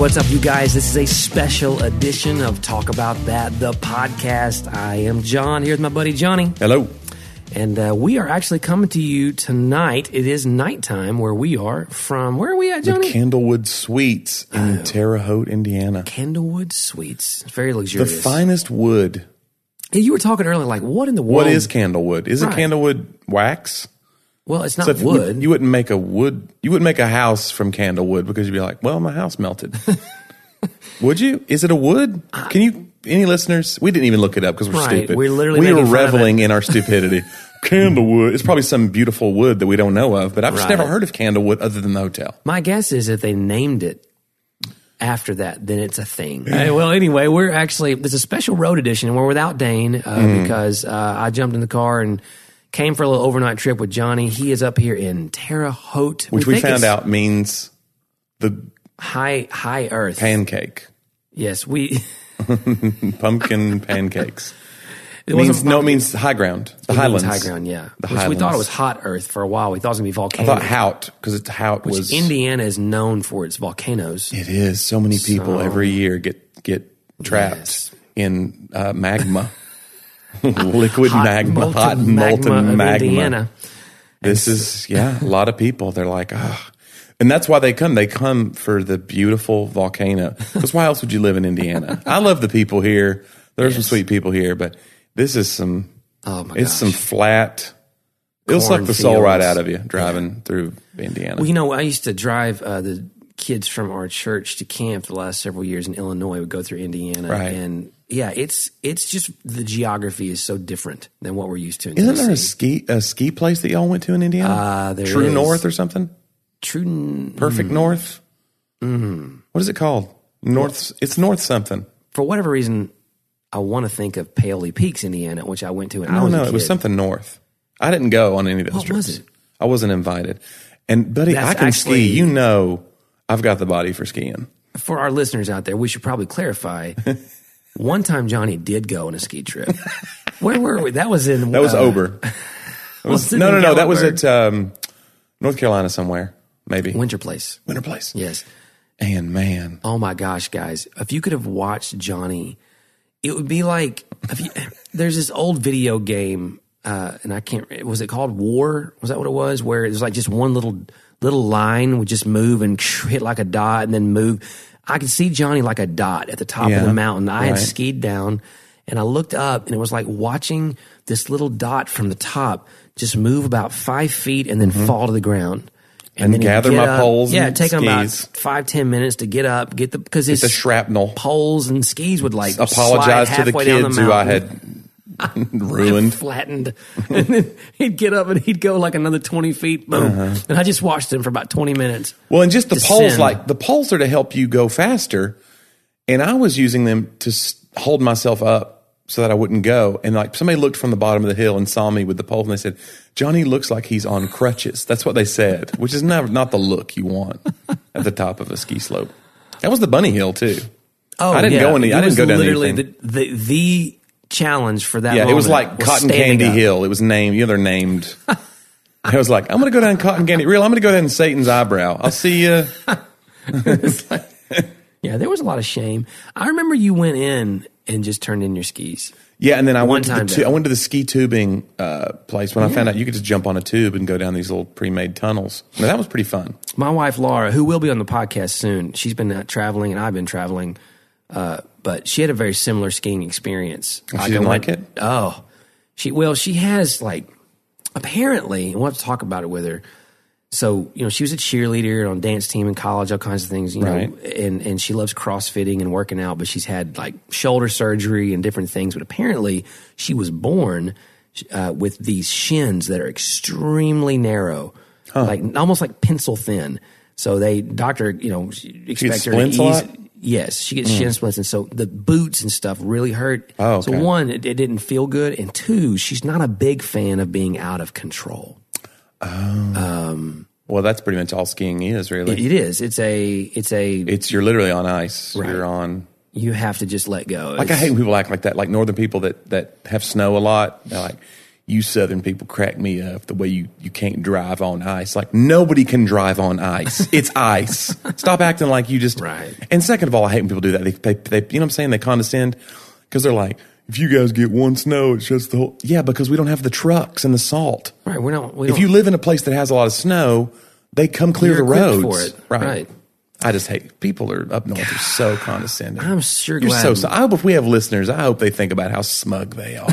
what's up, you guys? This is a special edition of Talk About That, the podcast. I am John here with my buddy Johnny, Hello. and uh, we are actually coming to you tonight. It is nighttime where we are from. Where are we at, Johnny? Candlewood Suites in Terre Haute, Indiana. Candlewood Suites. It's very The luxurious. finest wood. Hey, you were talking earlier, like, what in the world? What is candlewood? Isn't Right. candlewood wax? Well, it's So not if you- wood. You, wouldn't make a wood. You wouldn't make a house from candlewood because you'd be like, "Well, my house melted." Would you? Is it a wood? Can you? Any listeners? We didn't even look it up because we're Uh, Right. stupid. We're literally we making are fun of it. reveling in our stupidity. candlewood. It's probably some beautiful wood that we don't know of, but I've just Right. never heard of candlewood other than the hotel. My guess is if they named it after that, then it's a thing. Hey, well, anyway, we're actually there's a special road edition, and we're without Dane uh, Mm. because uh, I jumped in the car and came for a little overnight trip with Johnny. He is up here in Terre Haute, which we, think found it's out means the high high Earth. pancake, Yes, we pumpkin pancakes. it means wasn't- no, it means high ground, the it means highlands, high ground, yeah. the Which we thought it highlands. was hot Earth for a while. We thought it was gonna be I volcanic. thought Hout because it's Hout which was Indiana is known for its volcanoes. It is so many people every year get get trapped Yes. in uh, magma, liquid magma, hot molten magma molten of magma. Indiana. This is yeah, a lot of people. They're like, ah. And that's why they come. They come for the beautiful volcano. Because why else would you live in Indiana? I love the people here. There are some sweet people here, but this is some. Oh my it's gosh. some flat. It'll suck the soul Cornfields. right out of you driving through Indiana. Well, you know, I used to drive uh, the kids from our church to camp the last several years in Illinois. Would go through Indiana, Right. and yeah, it's it's just the geography is so different than what we're used to. In Isn't there a Tennessee. ski a ski place that y'all went to in Indiana? Uh, there True is. North or something? true? n- Perfect North. What is it called? North. It's North something. For whatever reason, I want to think of Paoli Peaks, Indiana, which I went to when I, I don't was know. a It was kid. something North. I didn't go on any of those What trips. was it? I wasn't invited. And buddy, That's I can actually- ski. You know, I've got the body for skiing. For our listeners out there, we should probably clarify. One time, Johnny did go on a ski trip. Where were we? That was in That was uh, Ober. It was- it no, in no, no. That was Gallenberg? at um, North Carolina somewhere. Maybe Winter Place. Winter Place. Yes. And man, Oh my gosh, guys! If you could have watched Johnny, it would be like if you, there's this old video game, uh, and I can't. Was it called War? Was that what it was? Where it was like just one little little line would just move and hit like a dot, and then move. I could see Johnny like a dot at the top of the Yeah, mountain. I had right. skied down, and I looked up, and it was like watching this little dot from the top just move about five feet and then fall to the ground. Mm-hmm. And then he'd gather get my up. poles Yeah, and take him about skis. five ten minutes to get up, get the because his the shrapnel. poles and skis would like Apologize slide to the halfway down kids the who I mountain, had ruined. flattened, and then he'd get up and he'd go like another twenty feet, boom. Uh-huh. And I just watched him for about twenty minutes. Well, and just the poles, Descend. like the poles are to help you go faster. And I was using them to s- hold myself up so that I wouldn't go. And like somebody looked from the bottom of the hill and saw me with the pole and they said, Johnny looks like he's on crutches. That's what they said, which is not, not the look you want at the top of a ski slope. That was the bunny hill too. Oh, I didn't yeah. go any, It I didn't was go down literally anything. the, the the challenge for that. yeah, it was moment like Cotton standing Candy up. Hill. It was named, you know, they're named. I was like, I'm going to go down Cotton Candy. Real, I'm going to go down Satan's eyebrow. I'll see you. Yeah, there was a lot of shame. I remember you went in and just turned in your skis. Yeah, and then I went time to the down. tu- I went to the ski tubing uh, place when I found out you could just jump on a tube and go down these little pre-made tunnels. Now, that was pretty fun. my wife Laura, who will be on the podcast soon, she's been out traveling and I've been traveling, uh, but she had a very similar skiing experience. She didn't like it? Oh, she well, she has like apparently, and we'll have to talk about it with her. So you know, she was a cheerleader and on dance team in college, all kinds of things. You know, Right. and and she loves crossfitting and working out, but she's had like shoulder surgery and different things. But apparently, she was born uh, with these shins that are extremely narrow, like almost like pencil thin. So they doctor, you know, expect her to splints ease. a lot? Yes, she gets shin splints, and so the boots and stuff really hurt. Hmm. Oh, okay. So one, it, it didn't feel good, and two, she's not a big fan of being out of control. Well, that's pretty much all skiing is, really. It, it is. It's a. It's a. it's you're literally on ice. Right. You're on. you have to just let go. Like I It's- hate when people act like that. Like northern people that that have snow a lot. They're like, you Southern people crack me up the way you, you can't drive on ice. Like nobody can drive on ice. It's ice. Stop acting like you just. Right. And second of all, I hate when people do that. They, they, they you know what I'm saying? They condescend because they're like, if you guys get one snow, it's just the whole. Yeah, because we don't have the trucks and the salt. Right. We're not. We If you live in a place that has a lot of snow, they come clear You're the equipped roads. for it. Right. I just hate people are up north are so condescending. I'm sure You're glad- so, so. I hope if we have listeners, I hope they think about how smug they are.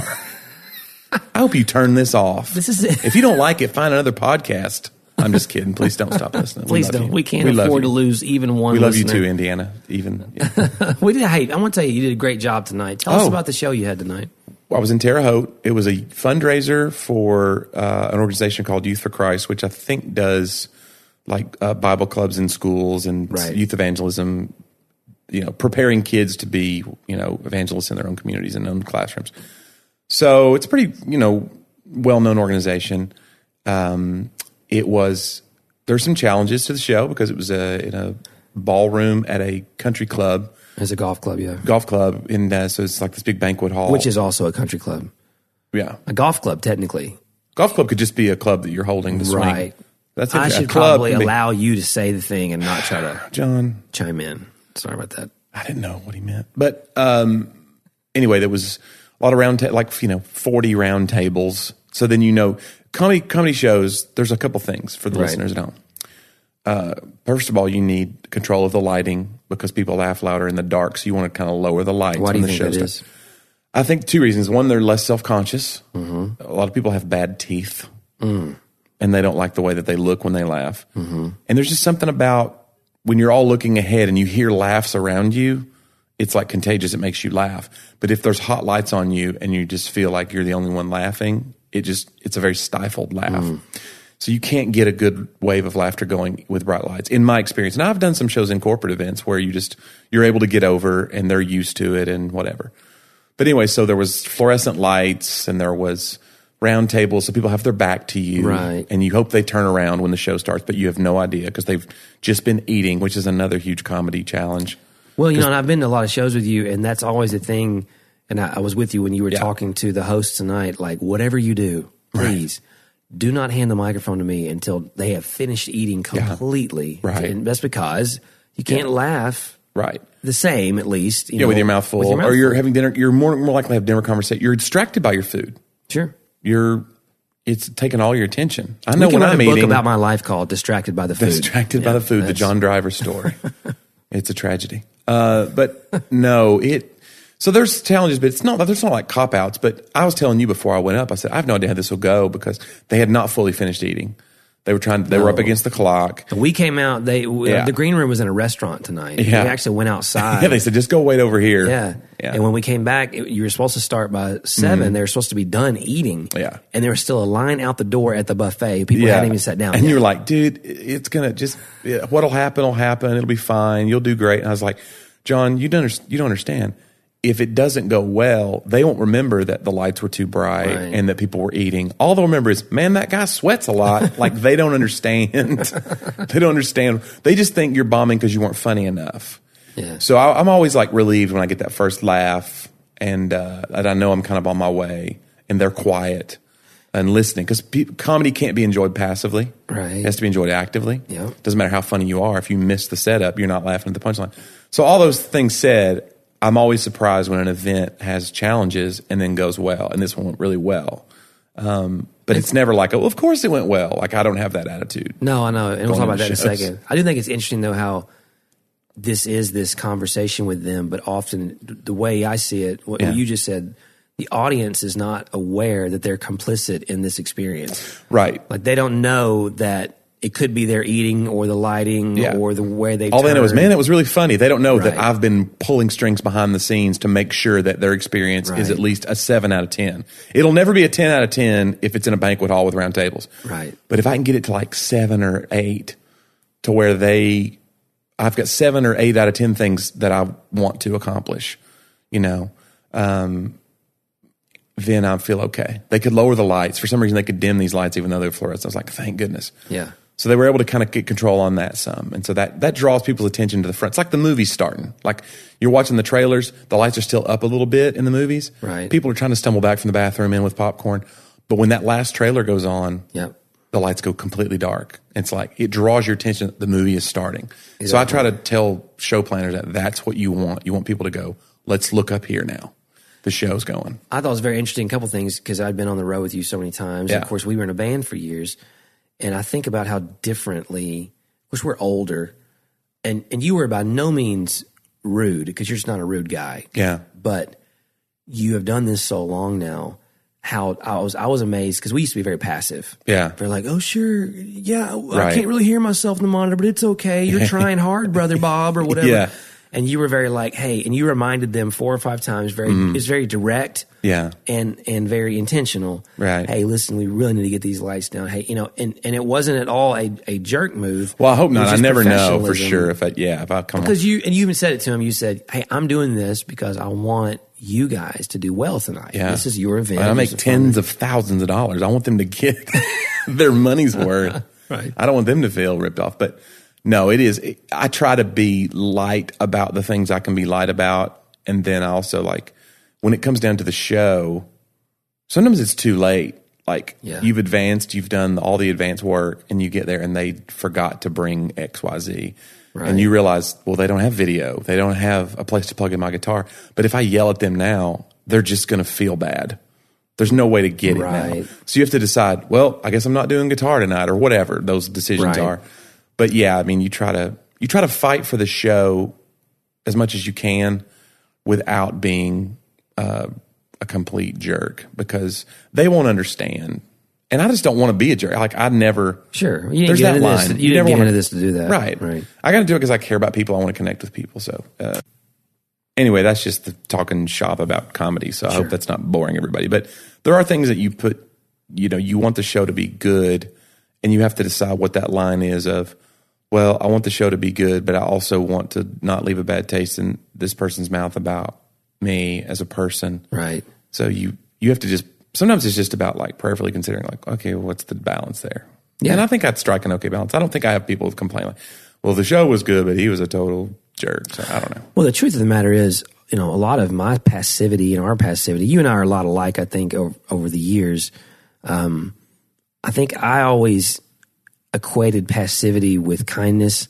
I hope you turn this off. This is it. If you don't like it, find another podcast. I'm just kidding. Please don't stop listening. Please love don't. you. We can't love afford to you. lose even one. We love you listener. too, Indiana. Even yeah. We did. Hey, I want to tell you, you did a great job tonight. Tell us Oh. about the show you had tonight. I was in Terre Haute. It was a fundraiser for uh, an organization called Youth for Christ, which I think does like uh, Bible clubs in schools and Right. youth evangelism. You know, preparing kids to be you know evangelists in their own communities and own classrooms. So it's a pretty you know well known organization. Um, it was there's some challenges to the show because it was a, in a ballroom at a country club It's a golf club, yeah, golf club, and uh, so it's like this big banquet hall, which is also a country club, yeah a golf club technically. Golf club could just be a club that you're holding to swing. Right. That's I interesting. a should club probably can be- allow you to say the thing and not try to John. chime in. Sorry about that. I didn't know what he meant, but um, anyway, there was a lot of round, ta- like you know, forty round tables. So then you know, comedy comedy shows. There's a couple things for the Right. listeners at home. Uh, first of all, you need control of the lighting because people laugh louder in the dark, so you want to kind of lower the lights. Why do you when the think show that starts. is? I think two reasons. One, they're less self conscious. Mm-hmm. A lot of people have bad teeth Mm. and they don't like the way that they look when they laugh. And there's just something about when you're all looking ahead and you hear laughs around you, it's like contagious. It makes you laugh. But if there's hot lights on you and you just feel like you're the only one laughing, it just, it's a very stifled laugh. So you can't get a good wave of laughter going with bright lights, in my experience. And I've done some shows in corporate events where you just, you're able to get over and they're used to it and whatever. But anyway, so there was fluorescent lights and there was round tables, so people have their back to you, Right. And you hope they turn around when the show starts, but you have no idea because they've just been eating, which is another huge comedy challenge. Well, you know, and I've been to a lot of shows with you, and that's always the thing. And I, I was with you when you were Yeah. talking to the host tonight. Like, whatever you do, please do not hand the microphone to me until they have finished eating completely. Right. And that's because you can't laugh Right. the same, at least. You Yeah, know, with your mouth full, with your mouth or you're full. having dinner. You're more more likely to have dinner conversation. You're distracted by your food. sure. You're it's taking all your attention. I We know can when write I'm a book eating. about my life called "Distracted by the Food." distracted by Yeah, the food, the that's- John Driver story. it's a tragedy. Uh, but no, it. So there's challenges, but it's not. There's not like cop outs. But I was telling you before I went up, I said I have no idea how this will go because they had not fully finished eating. They were trying. They were up No. against the clock. We came out. They we- Yeah. the green room was in a restaurant tonight. Yeah. We actually went outside. Yeah, they said just go wait over here. Yeah. yeah. Mm-hmm. And when we came back, it, you were supposed to start by 7 They were supposed to be done eating. Yeah. And there was still a line out the door at the buffet. People hadn't even sat down. And yet. you're like, dude, it's gonna just yeah, what'll happen will happen. It'll be fine. You'll do great. And I was like, John, you don't under- you don't understand. If it doesn't go well, they won't remember that the lights were too bright Right. and that people were eating. All they'll remember is, man, that guy sweats a lot. like they don't understand. they don't understand. They just think you're bombing because you weren't funny enough. Yeah. So I, I'm always like relieved when I get that first laugh, and uh, and I know I'm kind of on my way, and they're quiet and listening because pe- comedy can't be enjoyed passively. Right. it has to be enjoyed actively. Yeah. doesn't matter how funny you are if you miss the setup, you're not laughing at the punchline. So all those things said, I'm always surprised when an event has challenges and then goes well, and this one went really well. Um, but it's never like, oh, of course it went well. Like I don't have that attitude. no, I know. And we'll talk Going about to that in a shows. second. I do think it's interesting, though, how this is this conversation with them, but often the way I see it, what Yeah. you just said, the audience is not aware that they're complicit in this experience. Right. Like they don't know that it could be their eating or the lighting Yeah. or the way they All they know is, turn. man, that was really funny. They don't know that Right. I've been pulling strings behind the scenes to make sure that their experience Right. is at least a seven out of 10. It'll never be a 10 out of 10 if it's in a banquet hall with round tables. Right. But if I can get it to like seven or eight to where they, I've got seven or eight out of 10 things that I want to accomplish, you know, um, then I feel okay. They could lower the lights. For some reason, they could dim these lights even though they're fluorescent. I was like, thank goodness. Yeah. So they were able to kind of get control on that some. And so that, that draws people's attention to the front. It's like the movies starting. Like you're watching the trailers, the lights are still up a little bit in the movies. Right. People are trying to stumble back from the bathroom in with popcorn. But when that last trailer goes on, Yep. the lights go completely dark. It's like it draws your attention that the movie is starting. So I try to tell show planners that that's what you want. You want people to go, let's look up here now. The show's going. I thought it was very interesting. A couple things because I'd been on the road with you so many times. Yeah. Of course, we were in a band for years, and I think about how differently. Of course, we're older, and and you were by no means rude because you're just not a rude guy. Yeah. But you have done this so long now. How I was I was amazed because we used to be very passive. Yeah. They're like, oh sure, yeah, I Right. can't really hear myself in the monitor, but it's okay. You're trying hard, brother Bob, or whatever. Yeah. And you were very like, hey, and you reminded them four or five times. Very, it's very direct Mm-hmm. Yeah. and and very intentional. Right. Hey, listen, we really need to get these lights down. Hey, you know, and and it wasn't at all a, a jerk move. Well, I hope It was not. I just never know for professionalism. sure if I, yeah, if I come on. Because you and you even said it to him. You said, "Hey, I'm doing this because I want you guys to do well tonight. Yeah. This is your event. I make It's a fun tens of thousands of dollars. I want them to get their money's worth. Right. I don't want them to feel ripped off. But no, it is. It, I try to be light about the things I can be light about, and then I also like when it comes down to the show. Sometimes it's too late. Like Yeah. you've advanced, you've done all the advanced work, and you get there, and they forgot to bring X, Y, Z. Right. And you realize, well, they don't have video. They don't have a place to plug in my guitar. But if I yell at them now, they're just going to feel bad. There's no way to get it Right. now. So you have to decide, well, I guess I'm not doing guitar tonight or whatever those decisions Right. are. But yeah, I mean, you try to you try to fight for the show as much as you can without being uh, a complete jerk because they won't understand. And I just don't want to be a jerk. Like I never Sure. You didn't There's get that into line. This, you, You didn't never get wanna- into this to do that. Right. Right. I got to do it because I care about people. I want to connect with people. So, uh, anyway, that's just the talking shop about comedy. So I hope that's not boring everybody. But there are things that you put, you know, you want the show to be good, and you have to decide what that line is of. Well, I want the show to be good, but I also want to not leave a bad taste in this person's mouth about me as a person. Right. So you you have to just sometimes it's just about like prayerfully considering like okay, what's the balance there? Yeah, and I think I'd strike an okay balance. I don't think I have people complain like, well, the show was good, but he was a total jerk. So I don't know. Well, the truth of the matter is, you know, a lot of my passivity and our passivity, you and I are a lot alike, I think, over, over the years. Um, I think I always equated passivity with kindness.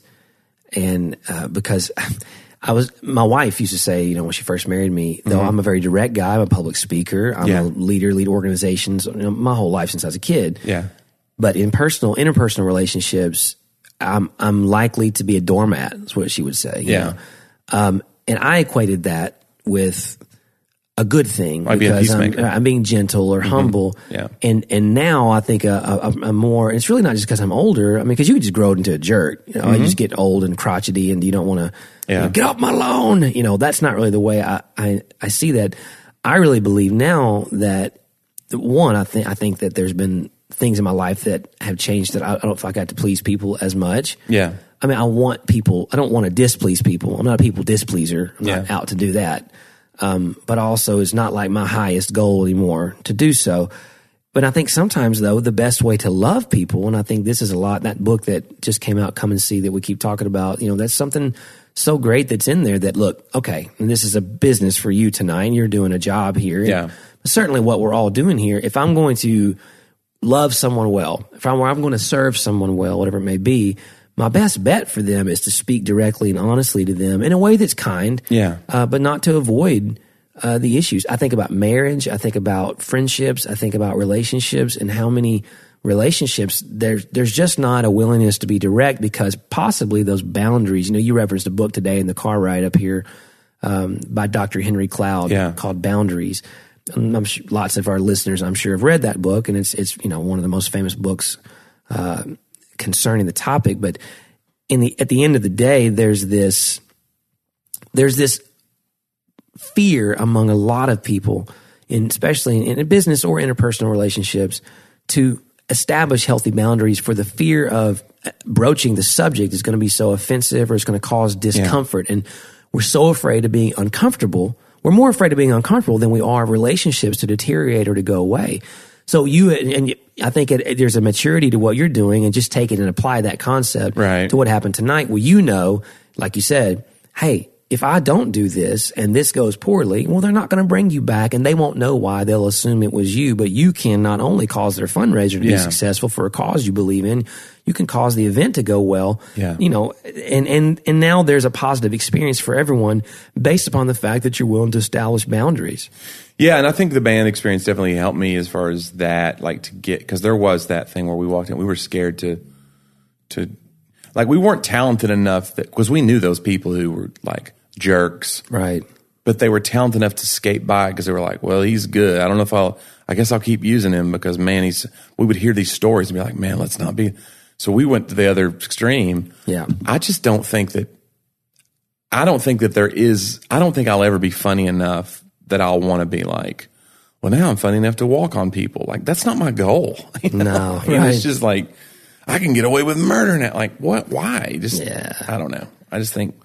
And uh, because I was, my wife used to say, you know, when she first married me, though I'm a very direct guy, I'm a public speaker, I'm Mm-hmm. a Yeah. leader, lead organizations, you know, my whole life since I was a kid. Yeah, But in personal, interpersonal relationships, I'm I'm likely to be a doormat. Is what she would say. you Yeah. know? Um, and I equated that with a good thing be a I'm, peacemaker. Mm-hmm. I'm being gentle or humble. Yeah. And and now I think a, a, a more. It's really not just because I'm older. I mean, because you could just grow into a jerk. You know, you just get old and crotchety, and you don't want to Mm-hmm. Yeah. get off my lawn. You know, that's not really the way I I, I see that. I really believe now that the- one, I think I think that there's been things in my life that have changed that I, I don't feel like I have to please people as much. yeah, I mean, I want people. I don't want to displease people. I'm not a people displeaser. I'm not Yeah. out to do that. Um, but also, it's not like my highest goal anymore to do so. But I think sometimes, though, the best way to love people, and I think this is a lot that book that just came out, "Come and See," that we keep talking about. You know, that's something so great that's in there. That look, okay, and this is a business for you tonight. And you're doing a job here. Yeah. certainly, what we're all doing here. If I'm going to love someone well, if I'm, I'm going to serve someone well, whatever it may be, my best bet for them is to speak directly and honestly to them in a way that's kind, Yeah. uh, but not to avoid uh, the issues. I think about marriage, I think about friendships, I think about relationships, and how many relationships there's there's just not a willingness to be direct because possibly those boundaries. You know, you referenced a book today in the car ride up here um, by Dr. Henry Cloud Yeah. called Boundaries. And I'm su lots of our listeners, I'm sure, have read that book, and it's it's you know one of the most famous books uh, concerning the topic. But in the at the end of the day, there's this there's this fear among a lot of people, in, especially in, in business or interpersonal relationships, to establish healthy boundaries for the fear of uh, broaching the subject is going to be so offensive or it's going to cause discomfort. And we're so afraid of being uncomfortable. We're more afraid of being uncomfortable than we are of relationships to deteriorate or to go away. So you and and I think it, it- there's a maturity to what you're doing, and just take it and apply that concept Right. to what happened tonight. Where you know, like you said, hey, if I don't do this and this goes poorly, well, they're not going to bring you back and they won't know why. They'll assume it was you, but you can not only cause their fundraiser to be Yeah. successful for a cause you believe in, you can cause the event to go well. Yeah. You know, and, and, and now there's a positive experience for everyone based upon the fact that you're willing to establish boundaries. Yeah, and I think the band experience definitely helped me as far as that, like to get because there was that thing where we walked in, we were scared to, to, like we weren't talented enough that because we knew those people who were like jerks, Right. but they were talented enough to skate by because they were like, well, he's good. I don't know if I'll, I guess I'll keep using him because man, he's, we would hear these stories and be like, man, let's not be. So we went to the other extreme. Yeah. I just don't think that, I don't think that there is, I don't think I'll ever be funny enough that I'll want to be like, well, now I'm funny enough to walk on people. Like, that's not my goal. You No, You know, right. It's just like, I can get away with murder now. Like, what? Why? Just, Yeah. I don't know. I just think,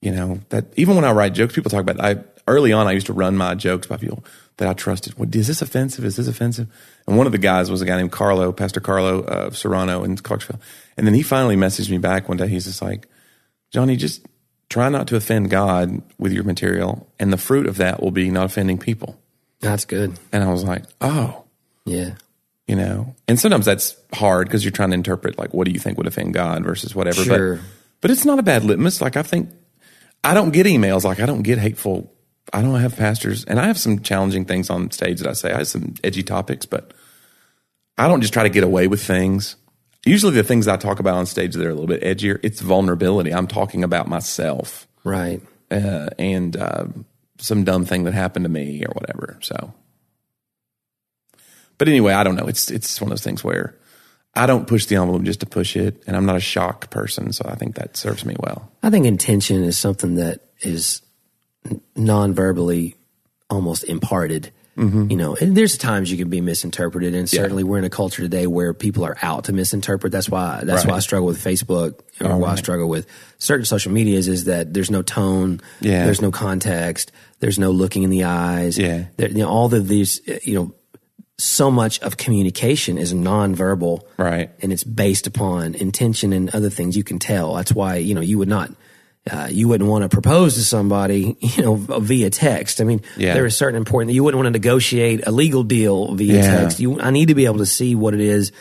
you know that even when I write jokes, people talk about. I early on, I used to run my jokes by people that I trusted. What is this offensive? Is this offensive? And one of the guys was a guy named Carlo, Pastor Carlo of Serrano in Clarksville. And then he finally messaged me back one day. He's just like, Johnny, just try not to offend God with your material, and the fruit of that will be not offending people. That's good. And I was like, oh, Yeah. you know. And sometimes that's hard because you're trying to interpret like what do you think would offend God versus whatever. Sure. But but it's not a bad litmus. Like I think I don't get emails. Like I don't get hateful. I don't have pastors, and I have some challenging things on stage that I say. I have some edgy topics, but I don't just try to get away with things. Usually, the things I talk about on stage that are a little bit edgier, it's vulnerability. I'm talking about myself Right. uh, and uh, some dumb thing that happened to me or whatever. So, but anyway, I don't know. It's it's one of those things where I don't push the envelope just to push it, and I'm not a shock person, so I think that serves me well. I think intention is something that is n- non-verbally almost imparted. Mm-hmm. You know, and there's times you can be misinterpreted, and certainly we're in a culture today where people are out to misinterpret. That's why that's why I Right. struggle with Facebook, or why I struggle with certain social medias is that there's no tone, Yeah. there's no context, there's no looking in the eyes, Yeah. There, you know, all of these, uh, you know, so much of communication is nonverbal, Right. and it's based upon intention and other things you can tell that's why you know you would not uh, you wouldn't want to propose to somebody you know via text i mean Yeah. there is certain important you wouldn't want to negotiate a legal deal via Yeah. text you i need to be able to see what it is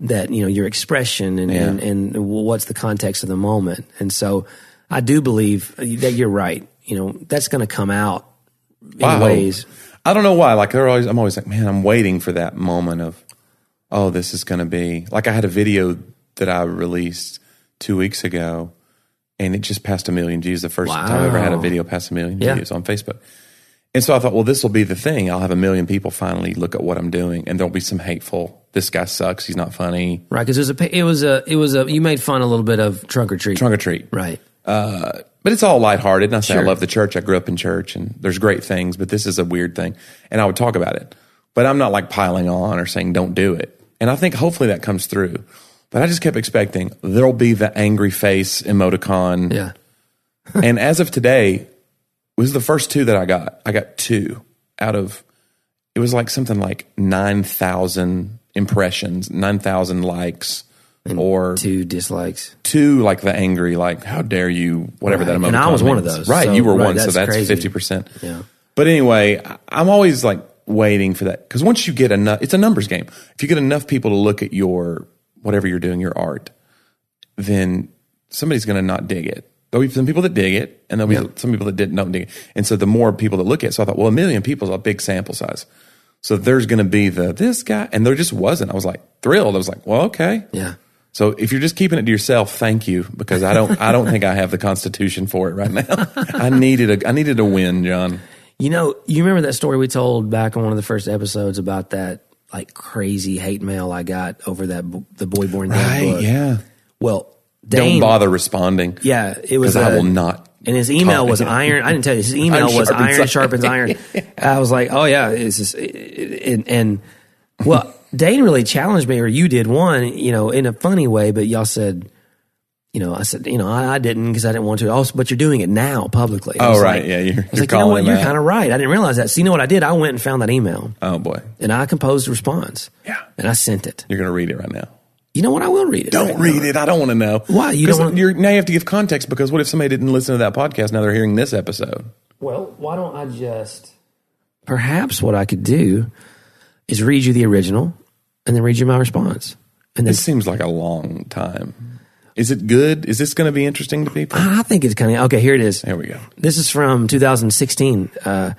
that you know your expression and, and and what's the context of the moment and so i do believe uh, that you're right you know that's going to come out in I hope. ways I don't know why. Like they're always, I'm always like, man, I'm waiting for that moment of, oh, this is going to be like I had a video that I released two weeks ago, and it just passed a million views. The first time I ever had a Wow. video pass a million Yeah. views on Facebook. And so I thought, well, this will be the thing. I'll have a million people finally look at what I'm doing, and there'll be some hateful. This guy sucks. He's not funny. right because it was a pa- it was a it was a you made fun a little bit of trunk or treat Trunk or treat. right Uh, but it's all lighthearted. And I say Sure. I love the church. I grew up in church, and there's great things, but this is a weird thing. And I would talk about it, but I'm not like piling on or saying don't do it. And I think hopefully that comes through. But I just kept expecting there'll be the angry face emoticon. yeah and as of today, it was the first two that I got. I got two out of it was like something like nine thousand impressions, nine thousand likes, or two dislikes to like the angry, like how dare you, whatever that Right. emotion. And I was one of those, right? so- you were right, one, so that's that's crazy. fifty percent. Yeah. But anyway, I- I'm always like waiting for that because once you get enough, it's a numbers game. If you get enough people to look at your whatever you're doing, your art, then somebody's going to not dig it. There'll be some people that dig it, and there'll be some people that didn't don't dig it. And so the more people that look at, it, so I thought, well, a million people is a big sample size. So there's going to be the this guy, and there just wasn't. I was like thrilled. I was like, well, okay, yeah so if you're just keeping it to yourself, thank you because I don't I don't think I have the constitution for it right now. I needed a I needed a win, John. You know, you remember that story we told back on one of the first episodes about that like crazy hate mail I got over that b- the boy born dead book. yeah. Well, Don't Dane, bother responding. Yeah, it was. because I uh, will not. And his email talk was again. iron. I didn't tell you. His email Iron was sharpens iron iron. sharpens iron. I was like, oh yeah, it's just and, and well, Dane really challenged me, or you did one, you know, in a funny way, but y'all said. You know, I said, you know, I, I didn't because I didn't want to. Oh, but you're doing it now publicly. I Oh was right, like- yeah. You're, I was you're like, you know calling what? You're him out. kind of right. I didn't realize that. So you know what I did? I went and found that email Oh boy, and I composed a response. Yeah. And I sent it. you're gonna read it right now. You know what? I will read it. Don't read it. I don't want to know. Why? You don't 'Cause wanna- you're- now you have to give context because what if somebody didn't listen to that podcast? Now they're hearing this episode. Well, why don't I just? Perhaps what I could do is read you the original, and then read you my response. And then This seems like a long time. Is it good? Is this going to be interesting to people? I think it's kind of okay. Here it is. There we go. This is from 2016. Uh,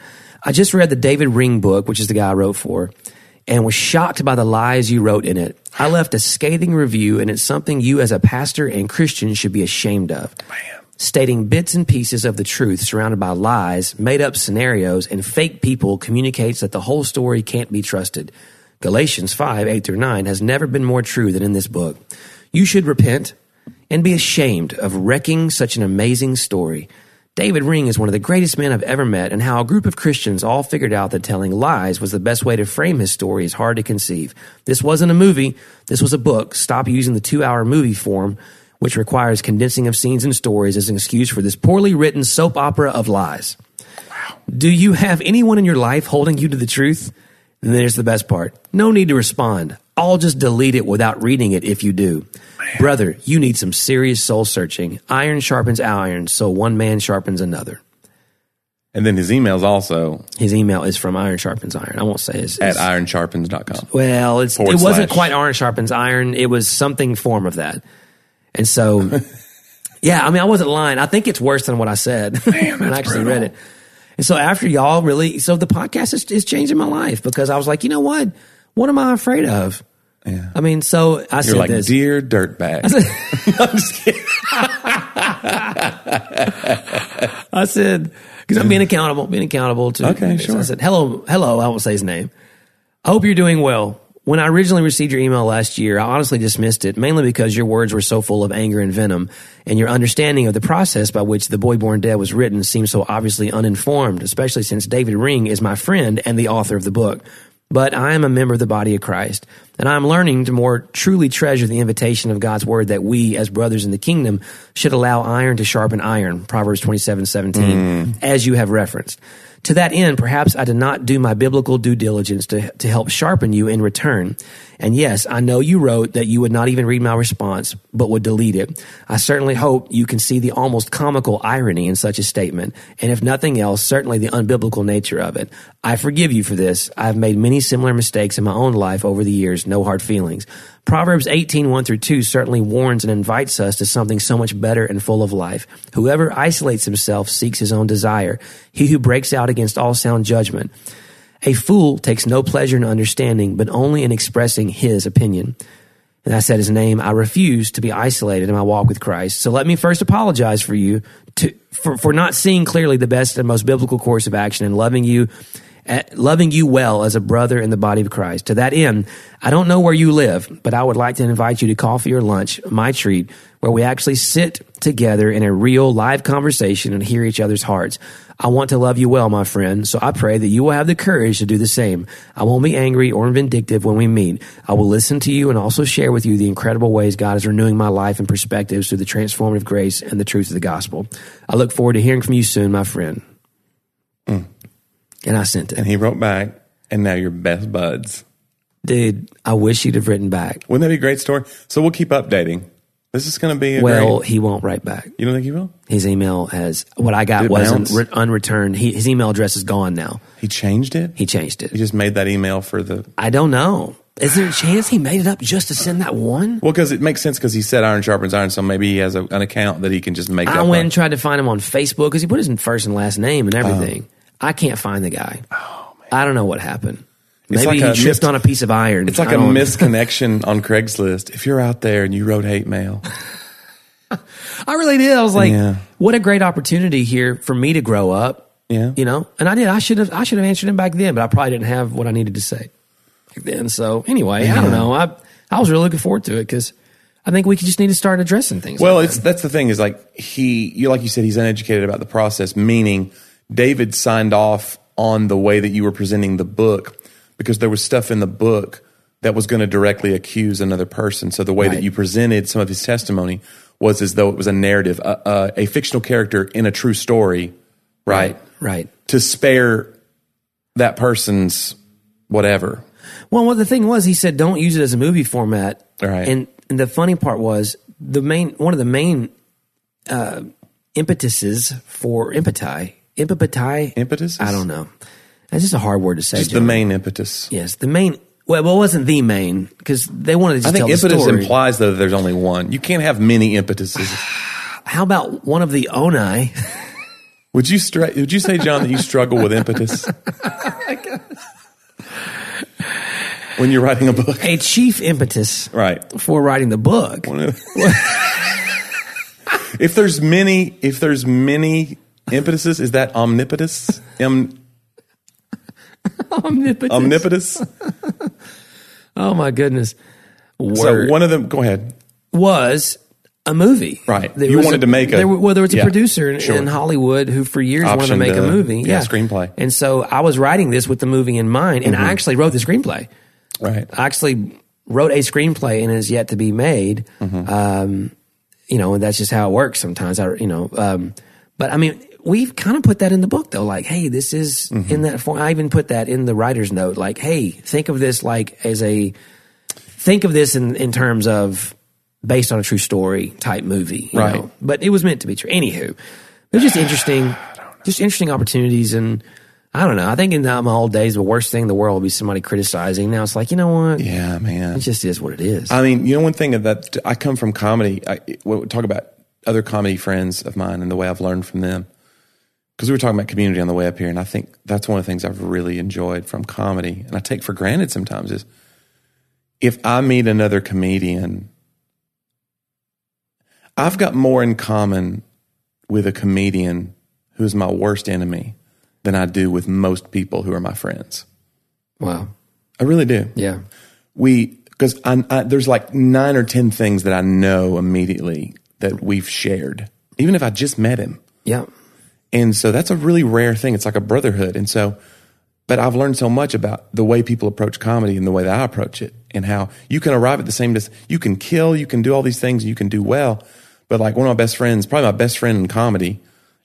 I just read the David Ring book, which is the guy I wrote for, and was shocked by the lies you wrote in it. I left a scathing review, and it's something you, as a pastor and Christian, should be ashamed of. Stating bits and pieces of the truth surrounded by lies, made up scenarios, and fake people communicates that the whole story can't be trusted. Galatians 5 8 through 9 has never been more true than in this book. You should repent and be ashamed of wrecking such an amazing story. David Ring is one of the greatest men I've ever met, and how a group of Christians all figured out that telling lies was the best way to frame his story is hard to conceive. This wasn't a movie, this was a book. Stop using the two hour movie form, which requires condensing of scenes and stories, as an excuse for this poorly written soap opera of lies. Do you have anyone in your life holding you to the truth? And there's the best part. No need to respond. I'll just delete it without reading it if you do. Brother, you need some serious soul searching. Iron sharpens iron, so one man sharpens another. And then his email's also His email is from Iron Sharpens Iron. I won't say his. at his- ironsharpens.com. well, it's, it Forward wasn't slash. quite Iron Sharpens Iron. It was something form of that. And so, yeah, I mean, I wasn't lying. I think it's worse than what I said when I actually read it. And so after y'all really, so the podcast is, is changing my life because I was like, you know what? What am I afraid of? Yeah. I mean, so I You're said like, this. dear dirtbag. I'm just kidding. I said because I'm being accountable, being accountable to. Okay, so I sure. said hello, hello. I won't say his name. I hope you're doing well. When I originally received your email last year, I honestly dismissed it mainly because your words were so full of anger and venom, and your understanding of the process by which "The Boy Born Dead" was written seemed so obviously uninformed, especially since David Ring is my friend and the author of the book. But I am a member of the body of Christ, and I am learning to more truly treasure the invitation of God's word that we, as brothers in the kingdom, should allow iron to sharpen iron, Proverbs twenty-seven seventeen, as you have referenced. To that end, perhaps I did not do my biblical due diligence to, to help sharpen you in return. And yes, I know you wrote that you would not even read my response, but would delete it. I certainly hope you can see the almost comical irony in such a statement, and if nothing else, certainly the unbiblical nature of it. I forgive you for this. I've made many similar mistakes in my own life over the years, no hard feelings. Proverbs 18, 1 through 2 certainly warns and invites us to something so much better and full of life. Whoever isolates himself seeks his own desire. He who breaks out against all sound judgment. A fool takes no pleasure in understanding, but only in expressing his opinion. And I said his name. I refuse to be isolated in my walk with Christ. So let me first apologize for you to, for, for not seeing clearly the best and most biblical course of action and loving you, eh, loving you well as a brother in the body of Christ. To that end, I don't know where you live, but I would like to invite you to coffee or lunch, my treat, where we actually sit together in a real live conversation and hear each other's hearts. I want to love you well, my friend, so I pray that you will have the courage to do the same. I won't be angry or vindictive when we meet. I will listen to you and also share with you the incredible ways God is renewing my life and perspectives through the transformative grace and the truth of the gospel. I look forward to hearing from you soon, my friend. And I sent it. And he wrote back, and now you're best buds. Dude, I wish you'd have written back. Wouldn't that be a great story? So we'll keep updating. This is going to be a Well, great. he won't write back. You don't think he will? His email has, what I got Did it was bounce? un- unreturned. He, his email address is gone now. He changed it. He changed it. He just made that email for the I don't know. Is there a chance he made it up just to send that one? well because it makes sense because he said iron sharpens iron, so maybe he has a, an account that he can just make. I up went on. and tried to find him on Facebook because he put his first and last name Oh. and everything. I can't find the guy. I don't know what happened. Maybe like he a tripped missed- on a piece of iron. It's like I a don't- misconnection on Craigslist. If you're out there and you wrote hate mail, I really did. I was like, Yeah. what a great opportunity here for me to grow up. Yeah. You know? And I did. I should have I should have answered him back then, but I probably didn't have what I needed to say back then. So anyway, I don't know. I I was really looking forward to it because I think we just need to start addressing things. Well, like it's that's the thing is like he, you like you said, he's uneducated about the process. Meaning, David signed off on the way that you were presenting the book because there was stuff in the book that was going to directly accuse another person. So the way Right. that you presented some of his testimony was as though it was a narrative, a, a, a fictional character in a true story, right? that. right. To spare that person's whatever. Well, well, the thing was, he said, don't use it as a movie format. Right. And And the funny part was the main one of the main uh, impetuses for impeti impeti Impetus? I don't know. That's just a hard word to say. Just the John. main impetus. yes, the main. Well, well, it wasn't the main because they wanted to just I think tell impetus the story. implies though that there's only one. You can't have many impetuses. How about one of the onai? Would you stra- Would you say, John, that you struggle with impetus? when you're writing a book, a chief impetus right? for writing the book. If there's many, if there's many impetuses, is that omnipotus? Om- Omnipotent. omnipotus. oh my goodness. So Word. one of them. Go ahead. was a movie. Right. There You was wanted to make a- There, were- well, there was a yeah, producer in, sure. in Hollywood who for years wanted to Optioned, make a uh, movie. yeah, screenplay. Mm-hmm. And so I was writing this with the movie in mind, and I actually wrote the screenplay. Right. I actually wrote a screenplay and it is yet to be made. Um, you know, and that's just how it works sometimes. I, you know, um, but I mean, we've kind of put that in the book though. Like, hey, this is in that form. I even put that in the writer's note. Like, hey, think of this like as a think of this in in terms of based on a true story type movie. you Right. know? But it was meant to be true. Anywho, it was just interesting, just interesting opportunities and. I don't know. I think in the- my old days, the worst thing in the world would be somebody criticizing. Now it's like, you know what? Yeah, man. It just is what it is. I mean, you know, one thing that I come from comedy. I we talk about other comedy friends of mine and the way I've learned from them. Because we were talking about community on the way up here, and I think that's one of the things I've really enjoyed from comedy, and I take for granted sometimes is if I meet another comedian, I've got more in common with a comedian who is my worst enemy than I do with most people who are my friends. wow. I really do Yeah. we because I, I, there's like nine or ten things that I know immediately that we've shared, even if I just met him. Yeah. And so that's a really rare thing. It's like a brotherhood. And so, but I've learned so much about the way people approach comedy and the way that I approach it and how you can arrive at the same, dis- you can kill, you can do all these things, you can do well. But like one of my best friends, probably my best friend in comedy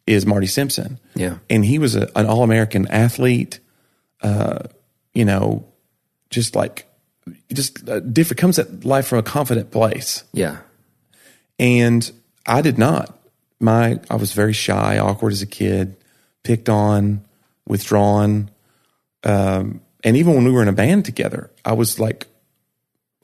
is Marty Simpson. Yeah. And he was a, an all American athlete, uh, you know, just like, just uh, different, comes at life from a confident place Yeah. and I did not. My I was very shy, awkward as a kid, picked on, withdrawn, um, and even when we were in a band together, I was like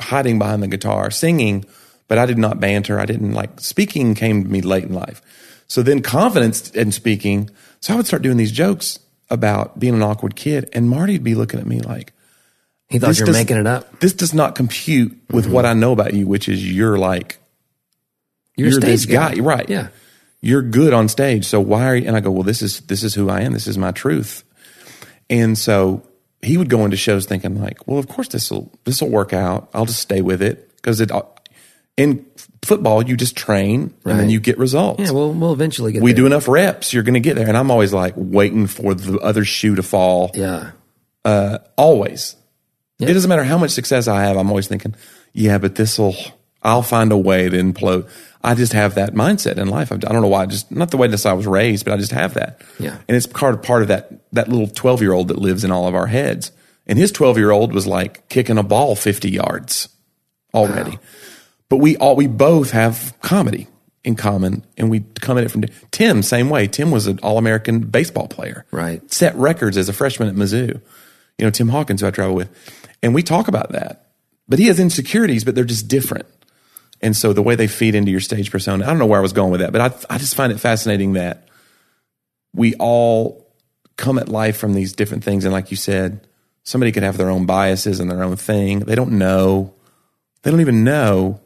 hiding behind the guitar, singing, but I did not banter. I didn't like speaking. Came to me late in life, so then confidence in speaking. So I would start doing these jokes about being an awkward kid, and Marty'd be looking at me like, He thought This you were does- making it up. "This does not compute with what I know about you, which is you're like You're, a you're stage this guy, right? Yeah. you're good on stage. So why are you? And I go, well, this is this is who I am. This is my truth. And so he would go into shows thinking like, well, of course this will this will work out. I'll just stay with it because it in football you just train and Right. then you get results. Yeah. Well, we'll eventually get we there. do enough reps, you're going to get there. And I'm always like waiting for the other shoe to fall. Yeah. uh, Always. It doesn't matter how much success I have. I'm always thinking, yeah, but this will, I'll find a way to implode. I just have that mindset in life. I don't know why. Just not the way this I was raised, but I just have that. Yeah. And it's part of, part of that, that little 12 year old that lives in all of our heads. And his 12 year old was like kicking a ball 50 yards already. But we all, we both have comedy in common and we come at it from di- Tim, same way. Tim was an all American baseball player Right. set records as a freshman at Mizzou. You know, Tim Hawkins, who I travel with. And we talk about that. But he has insecurities, but they're just different. And so the way they feed into your stage persona, I don't know where I was going with that, but I, I just find it fascinating that we all come at life from these different things. And like you said, somebody could have their own biases and their own thing. They don't know. They don't even know.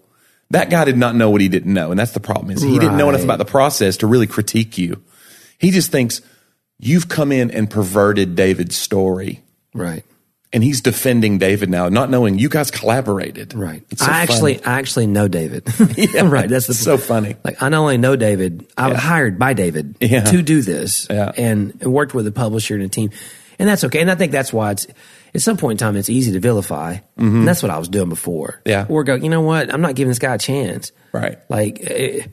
That guy did not know what he didn't know. And that's the problem is he didn't know enough Right. about the process to really critique you. He just thinks you've come in and perverted David's story. Right. And he's defending David now, not knowing you guys collaborated. Right. It's so I actually, funny. I actually know David. right. That's the it's so funny. Like I not only know David, I was hired by David Yeah. to do this, Yeah. and and worked with a publisher and a team, and that's okay. And I think that's why it's at some point in time it's easy to vilify, and that's what I was doing before. Mm-hmm. Yeah. or go, you know what? I'm not giving this guy a chance. Right. Like, eh,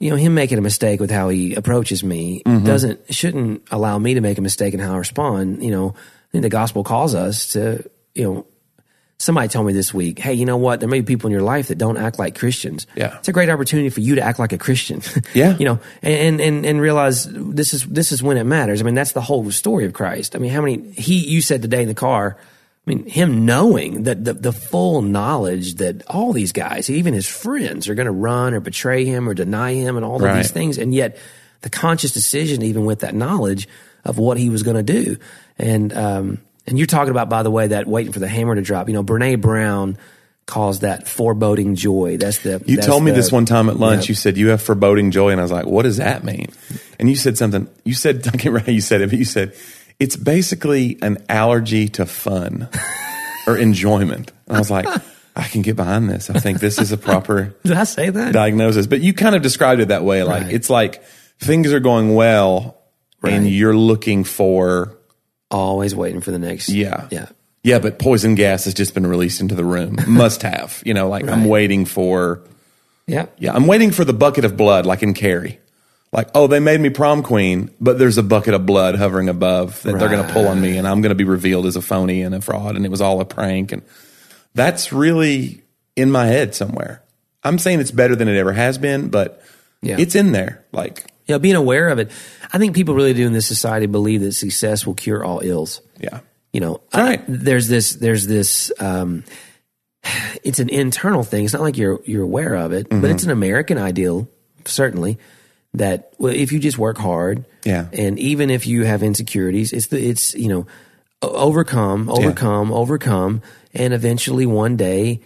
you know, him making a mistake with how he approaches me Mm-hmm. doesn't shouldn't allow me to make a mistake in how I respond. You know, I think the gospel calls us to you know somebody told me this week, hey, you know what? There may be people in your life that don't act like Christians. Yeah. It's a great opportunity for you to act like a Christian. Yeah. you know, and, and, and realize this is, this is when it matters. I mean, that's the whole story of Christ. I mean, how many, he, you said today in the car, I mean, him knowing that the, the full knowledge that all these guys, even his friends, are going to run or betray him or deny him and all of Right. these things. And yet, the conscious decision, even with that knowledge of what he was going to do. And, um, and you're talking about, by the way, that waiting for the hammer to drop. You know, Brene Brown calls that foreboding joy. That's the. You told me this one time at lunch. You said you have foreboding joy, and I was like, "What does that mean?" And you said something. You said I can't remember how you said it, but you said it's basically an allergy to fun or enjoyment. And I was like, "I can get behind this. I think this is a proper Did I say that? diagnosis." But you kind of described it that way. Like Right. it's like things are going well, Right. and you're looking for Always waiting for the next. yeah. Yeah. Yeah, but poison gas has just been released into the room. Must have. You know, like I'm Right. waiting for Yeah. yeah, I'm waiting for the bucket of blood like in Carrie. Like, oh, they made me prom queen, but there's a bucket of blood hovering above that they're going to pull on me and I'm going to be revealed as a phony and a fraud and it was all a prank and that's really in my head somewhere. I'm saying it's better than it ever has been, but Yeah. it's in there. Like, Yeah. Being aware of it. I think people really do in this society believe that success will cure all ills. yeah. you know All right. I- there's this there's this um it's an internal thing it's not like you're you're aware of it but Mm-hmm. it's an american ideal certainly that well if you just work hard Yeah. and even if you have insecurities it's the it's you know o- overcome overcome overcome and eventually one day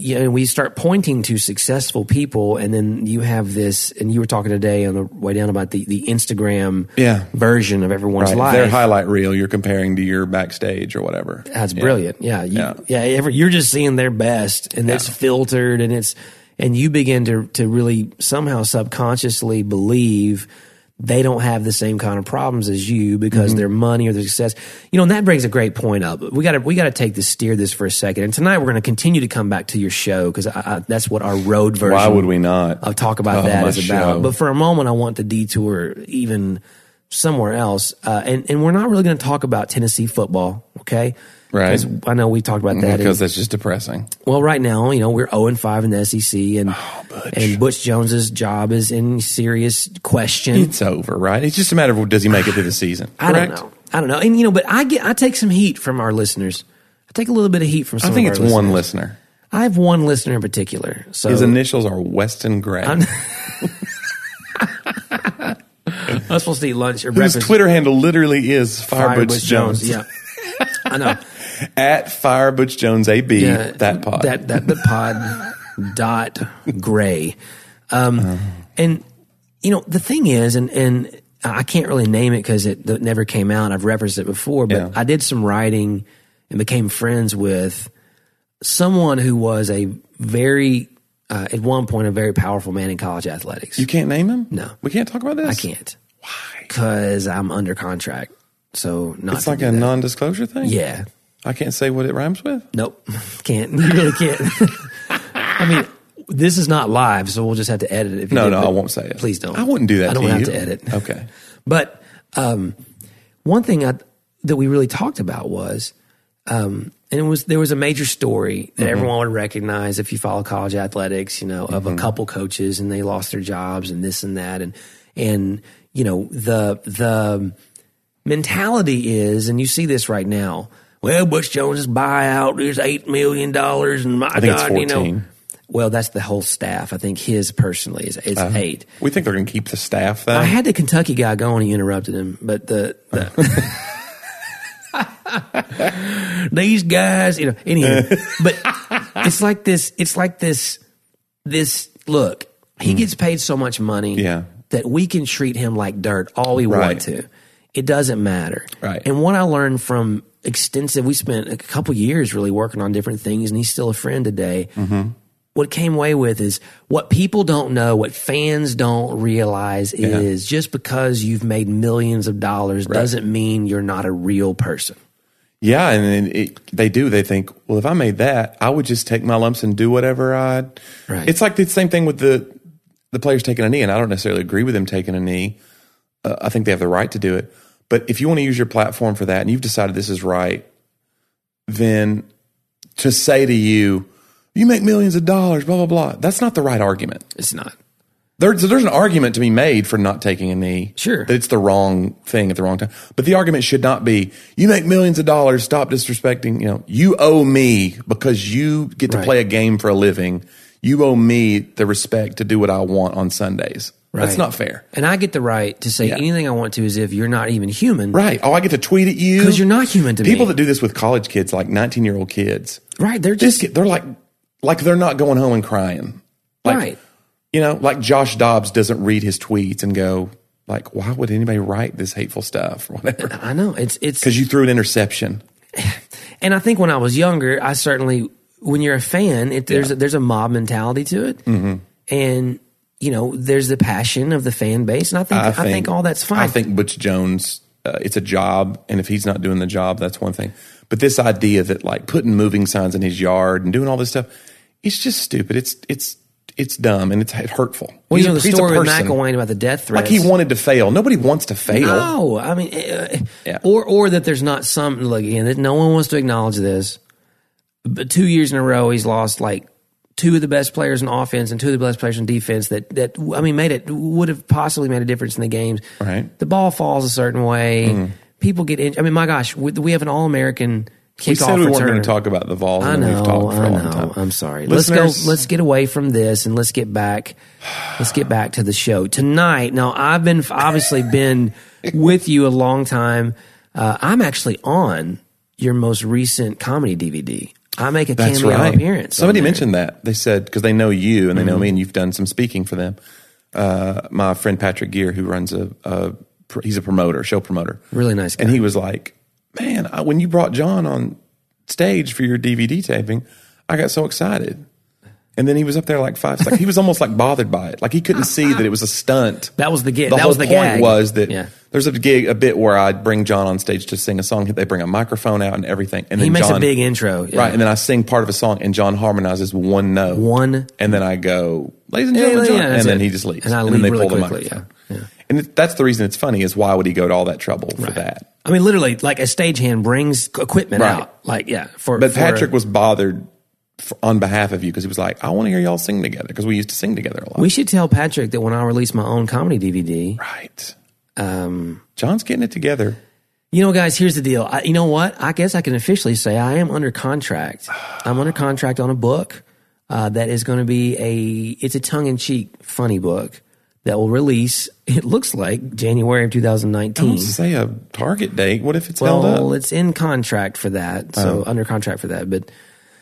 you know, we start pointing to successful people and then you have this and you were talking today on the way down about the, the instagram Yeah. version of everyone's life Their highlight reel you're comparing to your backstage or whatever. that's brilliant. Yeah, you, yeah. every, you're just seeing their best, and it's filtered, and it's and you begin to to really somehow subconsciously believe they don't have the same kind of problems as you because their money or their success. You know, and that brings a great point up. We got to we got to take this steer this for a second. And tonight we're going to continue to come back to your show because I, I, that's what our road version. Why would we not? I'll talk about Oh, that my as about. show. But for a moment, I want to detour even somewhere else, uh, and and we're not really going to talk about Tennessee football, okay? Right. 'Cause I know we talked about that. because And, that's just depressing. well, right now, you know, we're zero and five in the SEC, and Oh, Butch. and Butch Jones's job is in serious question. It's over, right? It's just a matter of does he make it to the season? I correct? don't know. I don't know. And you know, but I get I take some heat from our listeners. I take a little bit of heat from some. I think of it's our one listeners. listener. I have one listener in particular. So His initials are Weston Gray. I'm supposed to eat lunch or His breakfast. Twitter handle literally is Fire Firebutch Butch Jones. Jones. Yeah, I know. At Firebutch Jones AB, Yeah, that pod. That that the pod dot gray. Um, and you know the thing is, and and I can't really name it because it th- never came out. I've referenced it before, but Yeah. I did some writing and became friends with someone who was a very uh, at one point a very powerful man in college athletics. you can't name him? No. We can't talk about this? I can't. Why? Because I'm under contract, so not. It's to like do a that. non disclosure thing? yeah. I can't say what it rhymes with? Nope, can't. You really can't. I mean, this is not live, so we'll just have to edit it. If you No, did, no, but I won't say it. Please don't. I wouldn't do that I don't to have you. to edit. Okay. But um, one thing I, that we really talked about was, um, and it was there was a major story Mm-hmm. that everyone would recognize if you follow college athletics, you know, of Mm-hmm. a couple coaches and they lost their jobs and this and that and and you know the the mentality is, and you see this right now. Well, Bush Jones's buyout is eight million dollars, and my think it's God, you know. 14. Well, that's the whole staff. I think his personally is it's Uh-huh. eight. We think they're going to keep the staff, though. I had the Kentucky guy going. He interrupted him, but the, the these guys, you know. Anyhow, but it's like this. It's like this. This look. He gets paid so much money Hmm. Yeah. that we can treat him like dirt all we Right. want to. It doesn't matter. Right. And what I learned from extensive, we spent a couple years really working on different things, and he's still a friend today Mm-hmm. what came away with is what people don't know, what fans don't realize is just because you've made millions of dollars doesn't mean you're not a real person. Yeah, and then it, they do. They think, well, if I made that, I would just take my lumps and do whatever I. Right. It's like the same thing with the the players taking a knee, and I don't necessarily agree with them taking a knee. Uh, I think they have the right to do it, but if you want to use your platform for that, and you've decided this is right, then to say to you, you make millions of dollars, blah, blah, blah. That's not the right argument. It's not. There's, there's an argument to be made for not taking a knee. Sure. That it's the wrong thing at the wrong time. But the argument should not be, you make millions of dollars, stop disrespecting, you know, you owe me because you get to Right. play a game for a living. You owe me the respect to do what I want on Sundays. That's Right. not fair. And I get the right to say Yeah. anything I want to as if you're not even human. Right. Oh, I get to tweet at you. Because you're not human to People me. that do this with college kids, like 19 year old kids, right. They're this just. kid, they're like, like they're not going home and crying. Like, right. you know, like Josh Dobbs doesn't read his tweets and go, like, why would anybody write this hateful stuff or whatever? I know. It's. it's Because you threw an interception. And I think when I was younger, I certainly, when you're a fan, it, there's a, there's a mob mentality to it, Mm-hmm. and you know there's the passion of the fan base, and I think I, think, all that's fine. I think Butch Jones, uh, it's a job, and if he's not doing the job, that's one thing. But this idea that like putting moving signs in his yard and doing all this stuff, it's just stupid. It's it's it's dumb and it's hurtful. well, you know the he's a story with person. McElwain about the death Like threats. he wanted to fail. Nobody wants to fail. no, I mean, uh, Yeah. or or that there's not some look again that no one wants to acknowledge this. But two years in a row, he's lost like two of the best players in offense and two of the best players in defense. That that I mean, made it would have possibly made a difference in the games. Right. Mm-hmm. the ball falls a certain way. People get injured. I mean, my gosh, we, we have an All American kickoff We said we weren't returner. going to talk about the Vols, I and know. we've talked for I a know. long time. I'm sorry. let's Listeners- go. Let's get away from this and let's get back. Let's get back to the show tonight. Now, I've been obviously been with you a long time. Uh, I'm actually on your most recent comedy DVD. I make a That's cameo right. appearance. on Somebody there. Mm-hmm. mentioned that. They said because they know you and they know me, and you've done some speaking for them. Uh, my friend Patrick Gear, who runs a, a pr- he's a promoter, show promoter, Really nice guy. and he was like, "Man, I, when you brought John on stage for your DVD taping, I got so excited." And then he was up there like five. Like he was almost like bothered by it. Like he couldn't see that it was a stunt. That was the gig. The that whole was the point gag. was that Yeah. there's a gig, a bit where I bring John on stage to sing a song. They bring a microphone out and everything. And he then makes John, a big intro. Yeah. Right, and then I sing part of a song, and John harmonizes one note, One. and then I go, "Ladies and Yeah, gentlemen," yeah, John," yeah, that's and then it. he just leaves, And I then leave they really pull the quickly, microphone. yeah, yeah. And it, that's the reason it's funny is why would he go to all that trouble for that? I mean, literally, like a stagehand brings equipment Right. out. Like, yeah. For But for- Patrick was bothered f on behalf of you because he was like, "I want to hear y'all sing together because we used to sing together a lot." We should tell Patrick that when I release my own comedy DVD, right. Um, John's getting it together. you know, guys, here's the deal. I, you know what? I guess I can officially say I am under contract. I'm under contract on a book uh, that is going to be a. It's a tongue in cheek funny book that will release. It looks like January of 2019. Don't say a target date. What if it's held Mm. Well, Oh, up? Oh. it's in contract for that, so under contract for that. But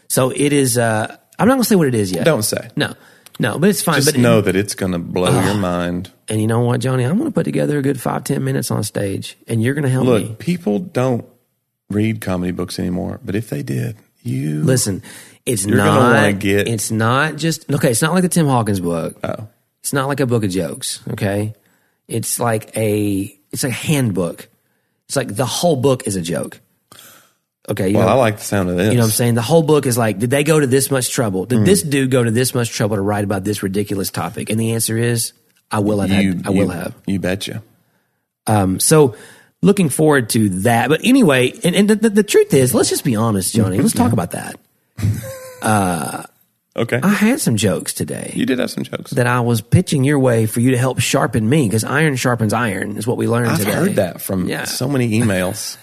so it is. Uh, I'm not going to say what it is yet. Don't say. No, no, but it's fine. Just but know that it's going to blow your mind. and you know what, Johnny? I'm going to put together a good five ten minutes on stage, and you're going to help me. Look, people don't read comedy books anymore, but if they did, you Listen, it's gonna not. wanna get- It's not just okay. It's not like the Tim Hawkins book. Oh, it's not like a book of jokes. Okay, it's like a it's a handbook. It's like the whole book is a joke. Okay, you Well, know, I like the sound of this. you know what I'm saying? The whole book is like, did they go to this much trouble? Hmm. Did this dude go to this much trouble to write about this ridiculous topic? And the answer is, I will have. You- had, I you- will have. You betcha. So looking forward to that. But anyway, and, and the, the, the truth is, let's just be honest, Mm-hmm. Johnny. Let's talk about that. Okay. I had some jokes today you did have some jokes. that I was pitching your way for you to help sharpen me because iron sharpens iron is what we learned I've today. heard that from Yeah. so many emails.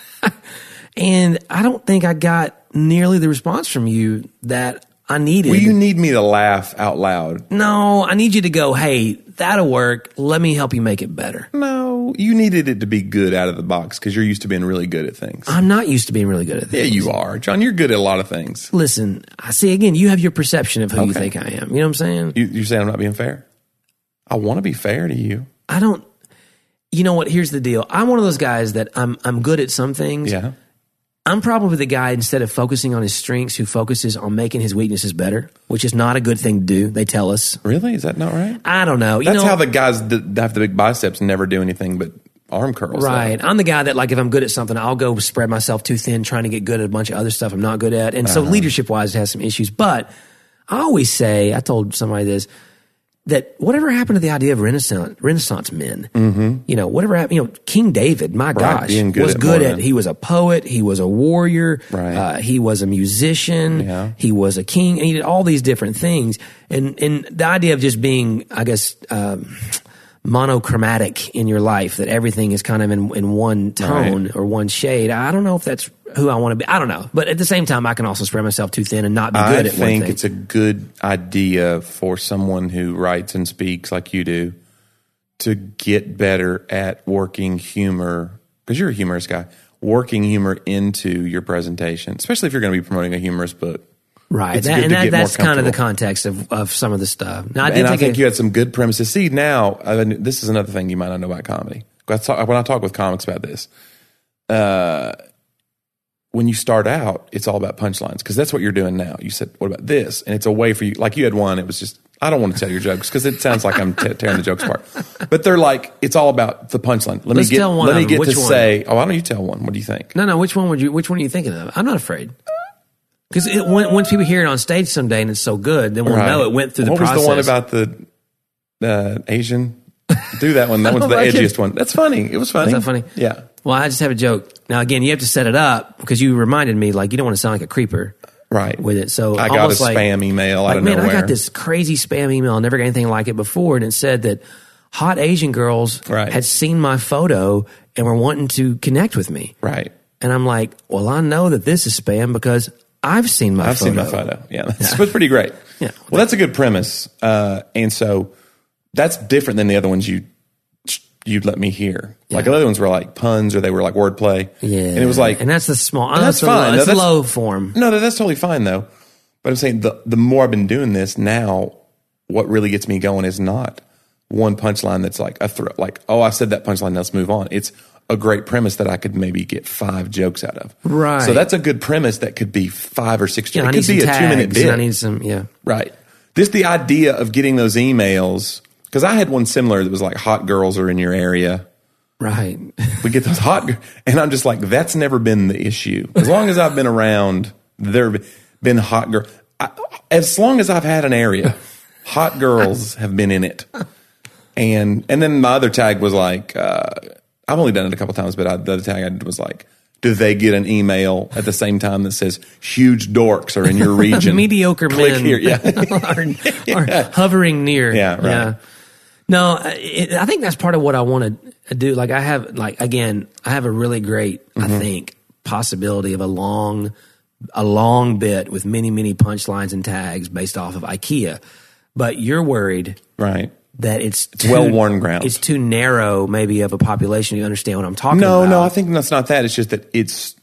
And I don't think I got nearly the response from you that I needed. well, you need me to laugh out loud. no, I need you to go, hey, that'll work. Let me help you make it better. No, you needed it to be good out of the box because you're used to being really good at things. I'm not used to being really good at this. yeah, you are. John, you're good at a lot of things. Listen, I see again, you have your perception of who you think I am. You know what I'm saying? You, you're saying I'm not being fair? I want to be fair to you. I don't. You know what? Here's the deal. I'm one of those guys that I'm I'm good at some things. Yeah. I'm probably the guy instead of focusing on his strengths, who focuses on making his weaknesses better, which is not a good thing to do. They tell us. Really? Is that not right? I don't know. You That's know, how the guys that have the big biceps never do anything but arm curls. though. right. I'm the guy that like if I'm good at something, I'll go spread myself too thin, trying to get good at a bunch of other stuff I'm not good Uh-huh. at. And so leadership wise, it has some issues. But I always say, I told somebody this. that whatever happened to the idea of Renaissance Renaissance men? You know, whatever happened. You know, King David, my gosh, Mm-hmm. being good was at good more at. than- He was a poet. He was a warrior. Right. Uh, he was a musician. Yeah. He was a king. And he did all these different things. And and the idea of just being, I guess. Um, monochromatic in your life that everything is kind of in, in one tone or one shade i don't know if that's who i want to be i don't know but at the same time i can also spread myself too thin and not be good I at one thing think it's a good idea for someone who writes and speaks like you do to get better at working humor because you're a humorous guy. Working humor into your presentation, especially if you're going to be promoting a humorous book. Right. It's That- good and to that, get more that's kind of the comfortable. context of, of some of the stuff. Now, I did and I take think a, you had some good premises. See, now uh, this is another thing you might not know about comedy. I talk- when I talk with comics about this, uh, when you start out, it's all about punchlines because that's what you're doing now. You said, "What about this?" And it's a way for you. Like you had one, it was just, "I don't want to tell your jokes" because it sounds like I'm te- tearing the jokes apart. But they're like, it's all about the punchline. Let Let's me get, tell one let of me them. get Which to one? say, "Oh, why don't you tell one? What do you think?" no, no. Which one would you? Which one are you thinking of? I'm not afraid. Because when, once people hear it on stage someday and it's so good, then we'll Right. know it went through the what process. was the one about the uh, Asian? Do that one. That one's the like it. edgiest one. That's funny. It was funny. that funny? Yeah. Well, I just have a joke. Now, again, you have to set it up because you reminded me like you don't want to sound like a creeper right with it. So I got a almost like, spam email out like of man, nowhere. I got this crazy spam email. I never got anything like it before, and it said that hot Asian girls Right. had seen my photo and were wanting to connect with me. Right, And I'm like, well, I know that this is spam because I've seen my I've photo. seen my photo. Yeah, that's was pretty great. Yeah. well, that's a good premise, uh, and so that's different than the other ones you you'd let me hear. Like the other ones were like puns or they were like wordplay. Yeah. and it was like and that's the small, uh, that's that's, the fine. Low, No, that's that's- low form. No, no, that's totally fine though. But I'm saying the the more I've been doing this now, what really gets me going is not one punchline that's like a throw, like oh I said that punchline, let's move on. It's a great premise that I could maybe get five jokes out of. Right. So that's a good premise that could be five or six. Yeah, it I could need some be a tags. two and minute I bit. need some, yeah. right. Just the idea of getting those emails because I had one similar that was like hot girls are in your area Right. we get those hot gir- and i'm just like that's never been the issue as long as i've been around there have been hot girl I, as long as i've had an area hot girls have been in it and and then my other tag was like uh, i've only done it a couple times but I, the other tag i did was like do they get an email at the same time that says huge dorks are in your region Mediocre click men here yeah are, are hovering near. Yeah, right. No, I- it, I think that's part of what I want to do. Like I have, like again, I have a really great, Mm-hmm. I think, possibility of a long, a long bit with many, many punchlines and tags based off of IKEA. But you're worried right that it's, too- well-worn ground. It's too narrow, maybe, of a population to understand what I'm talking No, about. no, I think that's not that. It's just that it's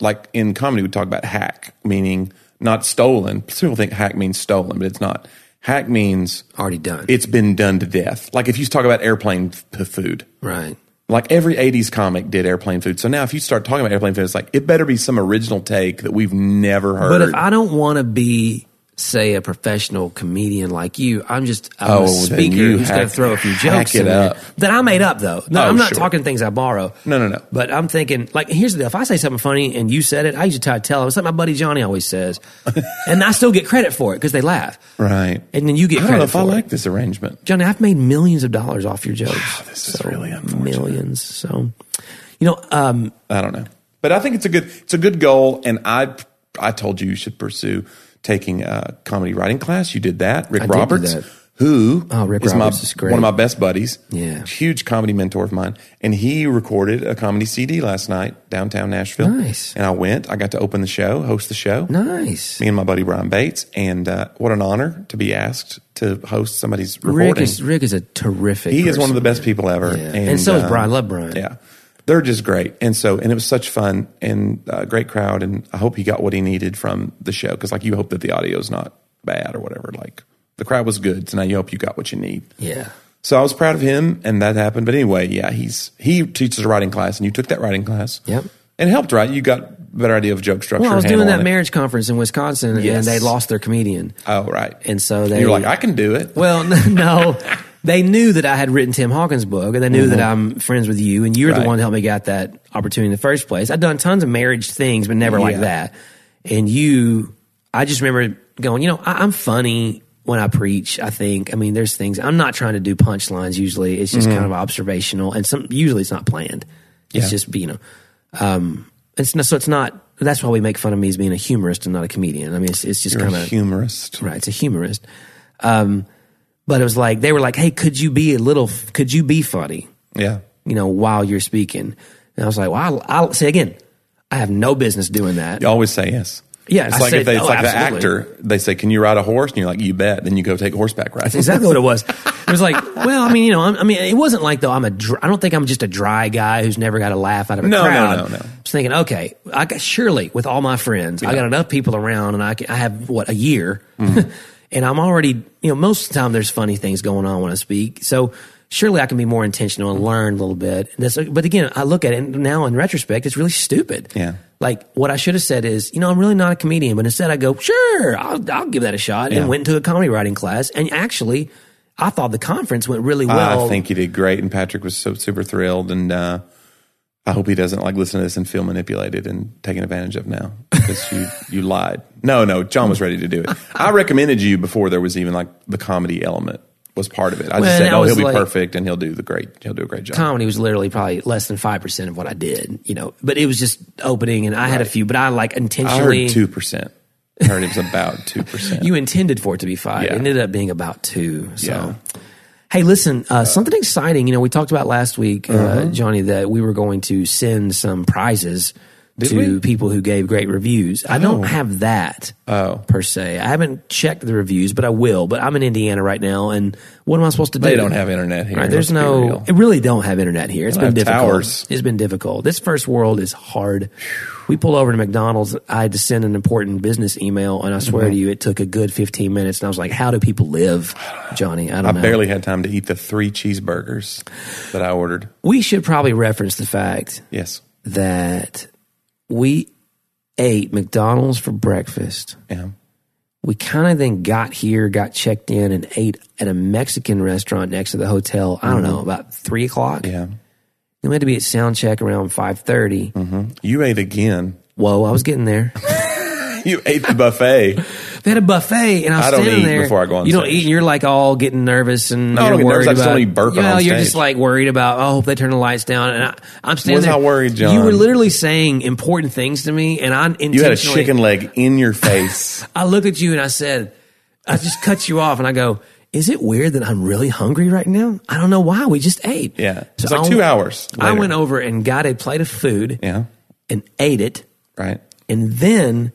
like in comedy we talk about hack, meaning not stolen. People think hack means stolen, but it's not. Hack means already done. it's been done to death. Like if you talk about airplane f- food, right. like every 80s comic did airplane food. So now if you start talking about airplane food, it's like it better be some original take that we've never heard. But if I don't want to be, say, a professional comedian like you, I'm just I'm Oh, a then speaker you who's going hack- to throw a few hack jokes it in there up. that I made up, though. No, Oh, I'm not sure. talking things I borrow. No, no, no. But I'm thinking, like, here's the deal. If I say something funny and you said it, I usually try to tell them. It's like my buddy Johnny always says. and I still get credit for it because they laugh. right. And then you get I credit don't know if for I it. like this arrangement. Johnny, I've made millions of dollars off your jokes. This is really unfortunate. millions. So, you know, um, I don't know, but I think it's a good it's a good goal, and I I told you you should pursue taking a comedy writing class. You did that, Rick I did do Roberts, that. who Oh, Rick is my- Roberts is great. one of my best buddies, Yeah. huge comedy mentor of mine, and he recorded a comedy CD last night downtown Nashville. Nice. and I went. I got to open the show, host the show. nice. Me and my buddy Brian Bates, and uh, what an honor to be asked to host somebody's recording. Rick is, Rick is a terrific. He is one of person. the best people ever. um, Yeah. And so is Brian. Love Brian. Yeah. They're just great. And so, and it was such fun and uh, great crowd. And I hope he got what he needed from the show. Cause like you hope that the audio's not bad or whatever. Like the crowd was good. So now you hope you got what you need. Yeah. So I was proud of him and that happened. But anyway, yeah, he's, he teaches a writing class and you took that writing class. Yep. And helped, right? You got a better idea of joke structure. Well, I was handle doing on that it. marriage conference in Wisconsin, Yes. and they lost their comedian, Oh, right. and so they you're like, I can do it. well, no, they knew that I had written Tim Hawkins' book, and they knew that I'm friends with you, and you're Mm-hmm. Right. the one that helped me get that opportunity in the first place. I'd done tons of marriage things, but never Yeah. like that. And you, I just remember going, you know, I, I'm funny. when I preach, I think, I mean, there's things I'm not trying to do punchlines usually. It's just kind of observational and some, usually it's not planned. It's Mm-hmm. Yeah. just, you know, um, it's not, so it's not, that's why we make fun of me as being a humorist and not a comedian. I mean, it's, it's just You're kind a of, humorist. right. It's a humorist. Um, but it was like, they were like, Hey, could you be a little, could you be funny? Yeah. You know, while you're speaking. And I was like, well, I'll, I'll say again, I have no business doing that. You always say yes. Yeah, It's I like said- if they, it's oh, like absolutely. the actor, they say, Can you ride a horse? And you're like, You bet. Then you go take horseback rides. That's exactly what it was. It was like, well, I mean, you know, I'm, I mean, it wasn't like though. I'm a. Dr- I don't think I'm just a dry guy who's never got a laugh out of a No, no, crowd. no, no. I was thinking, okay, I got surely with all my friends, I got enough people around, and I can, I have what a year, Mm-hmm. and I'm already, you know, most of the time there's funny things going on when I speak, so surely I can be more intentional and learn a little bit. And that's, but again, I look at it now in retrospect, it's really stupid. Yeah. Like what I should have said is, you know, I'm really not a comedian, but instead I go, sure, I'll, I'll give that a shot, Yeah. and went into a comedy writing class, and actually, I thought the conference went really well. I think you did great, and Patrick was so super thrilled. And uh, I hope he doesn't like listen to this and feel manipulated and taken advantage of now because you you lied. No, no, John was ready to do it. I recommended you before there was even like the comedy element was part of it. I Well, just said, and I oh, he'll was be like- perfect and he'll do the great. He'll do a great job. comedy was literally probably less than five percent of what I did, you know. But it was just opening, and I had a few, but I like I intentionally. heard two percent. Heard it was about two percent. You intended for it to be five. Yeah. It ended up being about two. So, Yeah. hey, listen, uh, something exciting. You know, we talked about last week, Uh-huh. uh, Johnny, that we were going to send some prizes to we? Oh. people who gave great reviews. I don't have that per se. I haven't checked the reviews, but I will. But I'm in Indiana right now, and what am I supposed to do? They don't have internet here. Right, there's let's be no. real. It really don't have internet here. It's don't been have difficult. towers. It's been difficult. This first world is hard. We pulled over to McDonald's. I had to send an important business email, and I Mm-hmm. swear to you, it took a good 15 minutes. And I was like, "How do people live, Johnny?" I don't I know. barely had time to eat the three cheeseburgers that I ordered. we should probably reference the fact Yes. that we ate McDonald's for breakfast. Yeah. We kind of then got here, got checked in, and ate at a Mexican restaurant next to the hotel. I don't know, about three o'clock. Mm-hmm. Yeah. Then we had to be at sound check around five thirty. You ate again. Whoa, I was getting there. You ate the buffet. They had a buffet, and I was I don't standing eat there. before I go on You don't stage. eat, and you're like all getting nervous and I you're don't get worried nervous. I just about. don't eat burping Yeah, on you're stage. just like worried about. Oh, I hope they turn the lights down. And I, I'm standing. Was I there. worried, You were John? literally saying important things to me, and I intentionally. You had a chicken leg in your face. I looked at you and I said, I just cut you off, and I go. Is it weird that I'm really hungry right now? I don't know why. We just ate. Yeah. It's So like I- two hours I later. went over and got a plate of food yeah. and ate it. Right. and then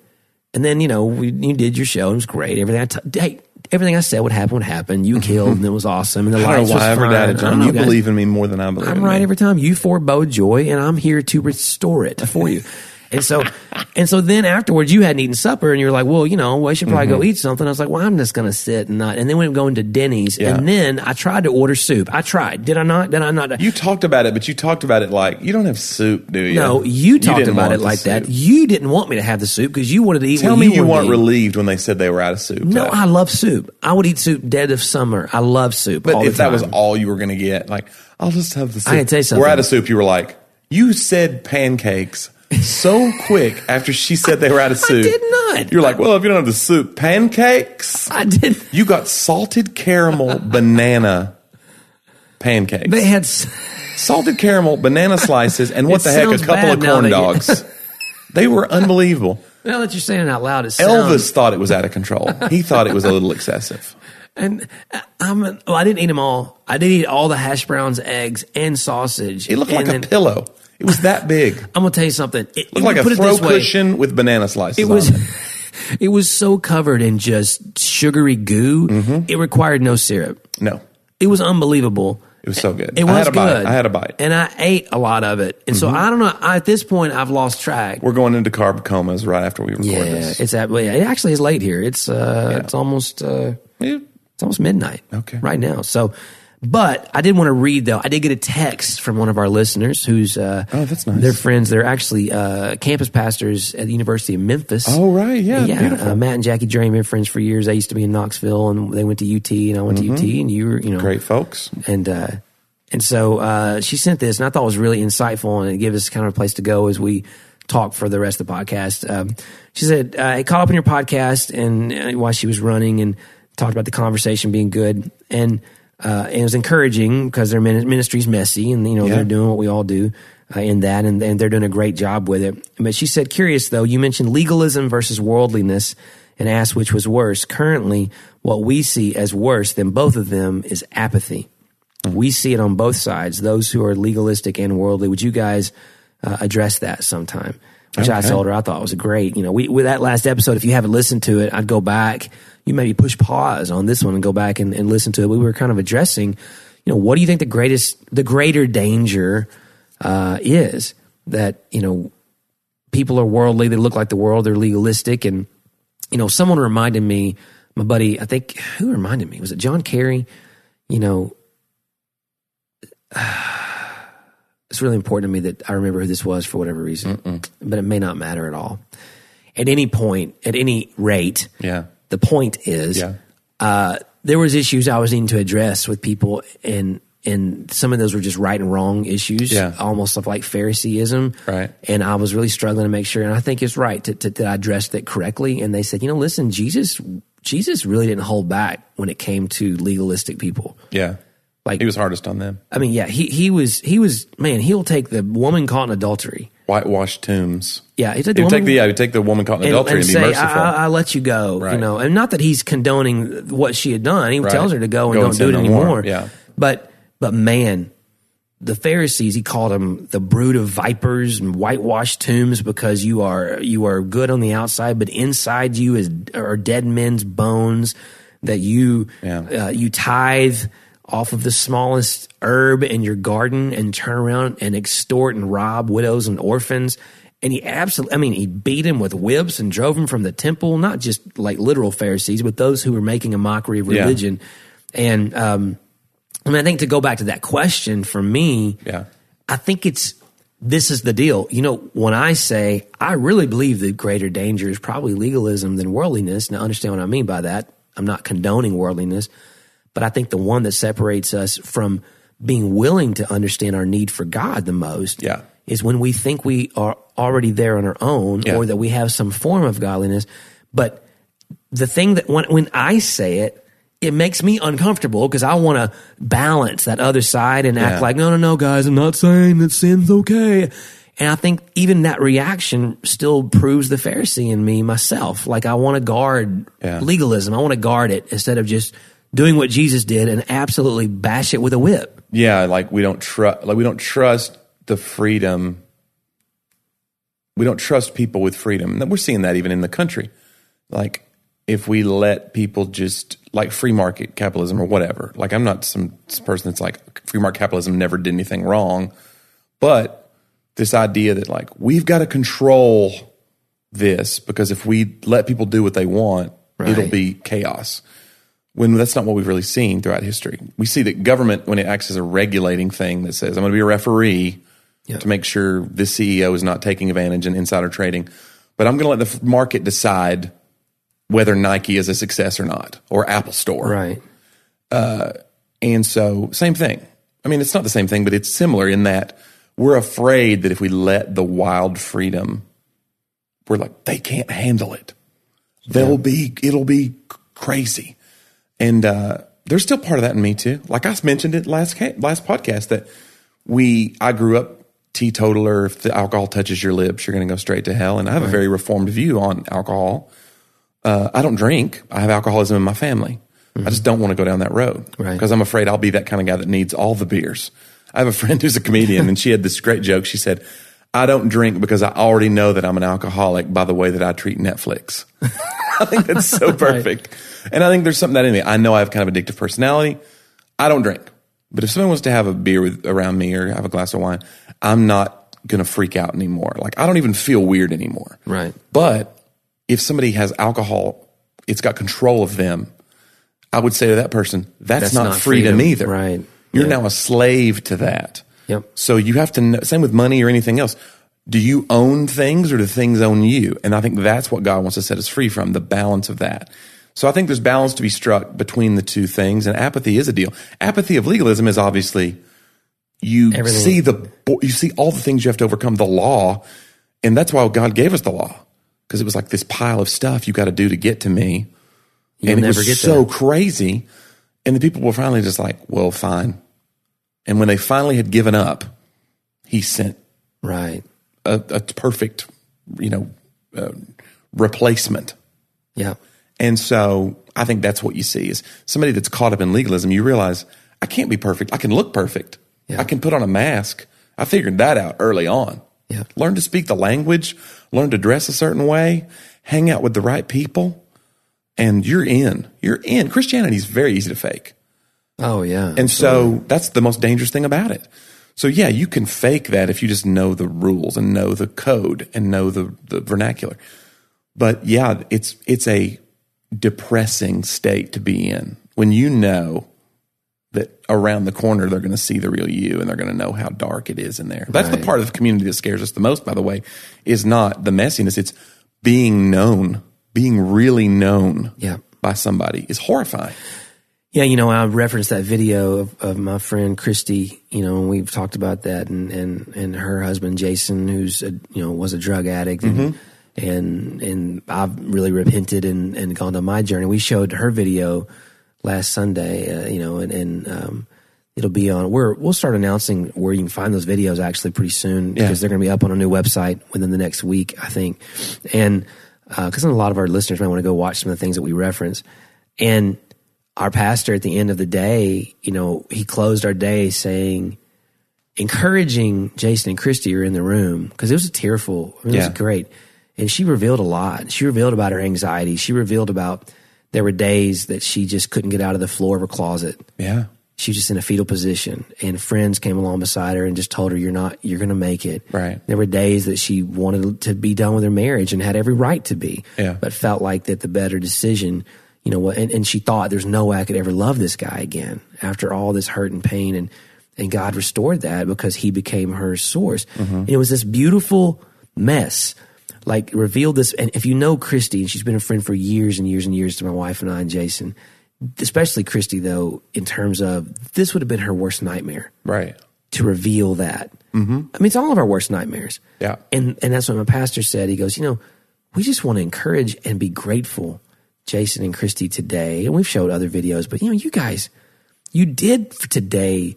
and then you know we, you did your show and it was great everything I t- hey, everything I said would happen would happen you killed and it was awesome and the Mm-hmm. I don't lights know was why I ever fine. doubted I don't John. know, You guys. believe in me more than I believe. I'm in right me. every time you forebode joy and I'm here to restore it for you and so and so then afterwards you hadn't eaten supper and you were like well you know well, I should probably Mm-hmm. go eat something I was like well I'm just gonna sit and not and then we went going to Denny's Yeah. and then I tried to order soup I tried did I not did I not You talked about it, but you talked about it like you don't have soup, do you? no, you talked didn't about want it the like that. soup. You didn't want me to have the soup because you wanted to eat. Tell what me you, you wanted to weren't eat. relieved when they said they were out of soup. No, though. I love soup. I would eat soup dead of summer. I love soup. all but the if that was time. all you were going to get, like I'll just have the soup. I can tell you something. We're out of soup. You were like, you said pancakes so quick after she said they were out of soup. did not. You're like, well, if you don't have the soup, pancakes. I did. You got salted caramel banana pancakes. They had. s- salted caramel banana slices and what It the heck, a sounds couple bad of now corn that you- dogs. they were unbelievable. Now that you're saying it out loud, it sounds. Elvis thought it was out of control. He thought it was a little excessive. And uh, I'm. Well, I didn't eat them all. I did eat all the hash browns, eggs, and sausage. It looked like and a pillow. It was that big. I'm gonna tell you something. It, It looked like put a it throw this way. cushion with banana slices. It was. on it. It was so covered in just sugary goo. Mm-hmm. It required no syrup. No, It was unbelievable. it was so good. It was I had a good. bite. I had a bite. Mm-hmm. and I ate a lot of it. And so I don't know. I, at this point, I've lost track. We're going into carb comas right after we record Yeah, this. it's at, well, yeah, it actually is late here. It's uh, it's almost uh, Yeah. it's almost midnight. Okay. right now. So, but I did want to read though. I did get a text from one of our listeners who's uh, Oh, that's nice. They're friends. They're actually uh, campus pastors at the University of Memphis. Oh, right. Yeah. Beautiful. Uh, Matt and Jackie Jerry have been friends for years. They used to be in Knoxville, and they went to UT, and I went to UT, and you were you know Mm-hmm. Great folks. and uh, and so uh, she sent this, and I thought it was really insightful, and it gave us kind of a place to go as we talk for the rest of the podcast. Um, she said, uh, "I caught up on your podcast and uh, while she was running, and talked about the conversation being good and uh, and it was encouraging because their min- ministry's messy and you know Yeah. they're doing what we all do uh, in that and, and they're doing a great job with it. But she said, curious though, you mentioned legalism versus worldliness and asked which was worse. Currently, what we see as worse than both of them is apathy. We see it on both sides, those who are legalistic and worldly. Would you guys uh, address that sometime? Which I Okay. told her I thought was a great. You know, we, with that last episode, if you haven't listened to it, I'd go back. You maybe push pause on this one and go back and, and listen to it. We were kind of addressing, you know, what do you think the greatest, the greater danger uh, is that, you know, people are worldly, they look like the world, they're legalistic. And, you know, someone reminded me, my buddy, I think, who reminded me? Was it John Kerry? You know, it's really important to me that I remember who this was for whatever reason, but it may not matter at all. At any point, at any rate, Yeah. the point is, Yeah. uh, there was issues I was needing to address with people, and and some of those were just right and wrong issues, Yeah. almost of like Phariseeism, Right. And I was really struggling to make sure, and I think it's right to, to, that I addressed it correctly. And they said, you know, listen, Jesus, Jesus really didn't hold back when it came to legalistic people. Yeah. Like- he was hardest on them. I mean, yeah, he he was he was man, he'll take the woman caught in adultery. Whitewashed tombs. Yeah, he took the He'd woman take the yeah, he'd take the woman caught in and, adultery and and, be say, "Ah, merciful. I, I, will let you go," you Right. know, and not that he's condoning what she had done. He tells her to go and Go don't and do sin it no anymore. more. Yeah. but but man, the Pharisees he called them the brood of vipers and whitewashed tombs because you are you are good on the outside, but inside you is are dead men's bones that you Yeah. uh, you tithe off of the smallest herb in your garden and turn around and extort and rob widows and orphans. And he absolutely, I mean, he beat him with whips and drove him from the temple, not just like literal Pharisees, but those who were making a mockery of religion. And, um, I mean, I think to go back to that question for me, yeah. I think it's this is the deal. You know, when I say I really believe the greater danger is probably legalism than worldliness, now understand what I mean by that. I'm not condoning worldliness, but I think the one that separates us from being willing to understand our need for God the most Yeah. is when we think we are already there on our own Yeah. or that we have some form of godliness. But the thing that when, when I say it, it makes me uncomfortable because I want to balance that other side and act Yeah. like, no, no, no, guys, I'm not saying that sin's okay. And I think even that reaction still proves the Pharisee in me myself. Like I want to guard Yeah. legalism. I want to guard it instead of just doing what Jesus did and absolutely bash it with a whip. yeah, like we don't trust, like we don't trust the freedom. We don't trust people with freedom. And We're seeing that even in the country. Like if we let people just like free market capitalism or whatever. Like I'm not some person that's like free market capitalism never did anything wrong, but this idea that like we've got to control this because if we let people do what they want, it'll Right. be chaos when that's not what we've really seen throughout history. We see that government, when it acts as a regulating thing that says, I'm going to be a referee to make sure this CEO is not taking advantage in insider trading, but I'm going to let the f- market decide whether Nike is a success or not, or Apple Store. Right. And so, same thing. I mean, it's not the same thing, but it's similar in that we're afraid that if we let the wild freedom, we're like, they can't handle it. They'll be, it'll be crazy. And uh, there's still part of that in me too. Like I mentioned it last ca- last podcast that we, I grew up teetotaler. If the alcohol touches your lips, you're going to go straight to hell. And I have a very reformed view on alcohol. Uh, I don't drink. I have alcoholism in my family. I just don't want to go down that road Right. because I'm afraid I'll be that kind of guy that needs all the beers. I have a friend who's a comedian and she had this great joke. She said, I don't drink because I already know that I'm an alcoholic by the way that I treat Netflix. I think that's so perfect. And I think there's something that in me. I know I have kind of addictive personality. I don't drink. But if someone wants to have a beer with, around me or have a glass of wine, I'm not going to freak out anymore. Like I don't even feel weird anymore. Right. But if somebody has alcohol, it's got control of them. I would say to that person, that's, That's not, not freedom, freedom, either. right. You're Yeah. now a slave to that. Yep. So you have to know, same with money or anything else. Do you own things or do things own you? And I think that's what God wants to set us free from the balance of that. So I think there's balance to be struck between the two things, and apathy is a deal. Apathy of legalism is obviously you Everything- see the bo- you see all the things you have to overcome the law, and that's why God gave us the law because it was like this pile of stuff you got to do to get to me. You'll and it never was get so that. crazy. And the people were finally just like, well, fine. And when they finally had given up, he sent Right. a, a perfect, you know, uh, replacement. Yeah. And so I think that's what you see is somebody that's caught up in legalism. You realize I can't be perfect. I can look perfect. I can put on a mask. I figured that out early on. Yeah. Learn to speak the language, learn to dress a certain way, hang out with the right people, and you're in. You're in. Christianity is very easy to fake. Oh yeah. And so that's the most dangerous thing about it. So yeah, you can fake that if you just know the rules and know the code and know the, the vernacular. But yeah, it's it's a depressing state to be in when you know that around the corner they're going to see the real you and they're going to know how dark it is in there. That's the part of the community that scares us the most, by the way, is not the messiness. It's being known, being really known Yeah. by somebody is horrifying. Yeah, you know, I referenced that video of, of my friend Christy. You know, and we've talked about that, and and and her husband Jason, who's a, you know was a drug addict, and and, and I've really repented and, and gone on my journey. We showed her video last Sunday. Uh, you know, and and um, it'll be on. We're we'll start announcing where you can find those videos actually pretty soon because they're going to be up on a new website within the next week, I think, and because a lot of our listeners might want to go watch some of the things that we reference, and our pastor at the end of the day, you know, he closed our day saying, encouraging Jason and Christy who are in the room because it was a tearful, I mean, it Yeah. was great. And she revealed a lot. She revealed about her anxiety. She revealed about there were days that she just couldn't get out of the floor of her closet. Yeah. She was just in a fetal position, and friends came along beside her and just told her, "You're not. You're going to make it." Right. There were days that she wanted to be done with her marriage and had every right to be, Yeah. but felt like that the better decision, you know, what- and, and she thought there's no way I could ever love this guy again after all this hurt and pain, and and God restored that because He became her source. And it was this beautiful mess, like revealed this. And if you know Christy, and she's been a friend for years and years and years to my wife and I and Jason, especially Christy though, in terms of this would have been her worst nightmare Right. to reveal that. Mm-hmm. I mean, it's all of our worst nightmares. Yeah. And and that's what my pastor said. He goes, you know, we just want to encourage and be grateful, Jason and Christy today, and we've showed other videos, but you know, you guys, you did for today.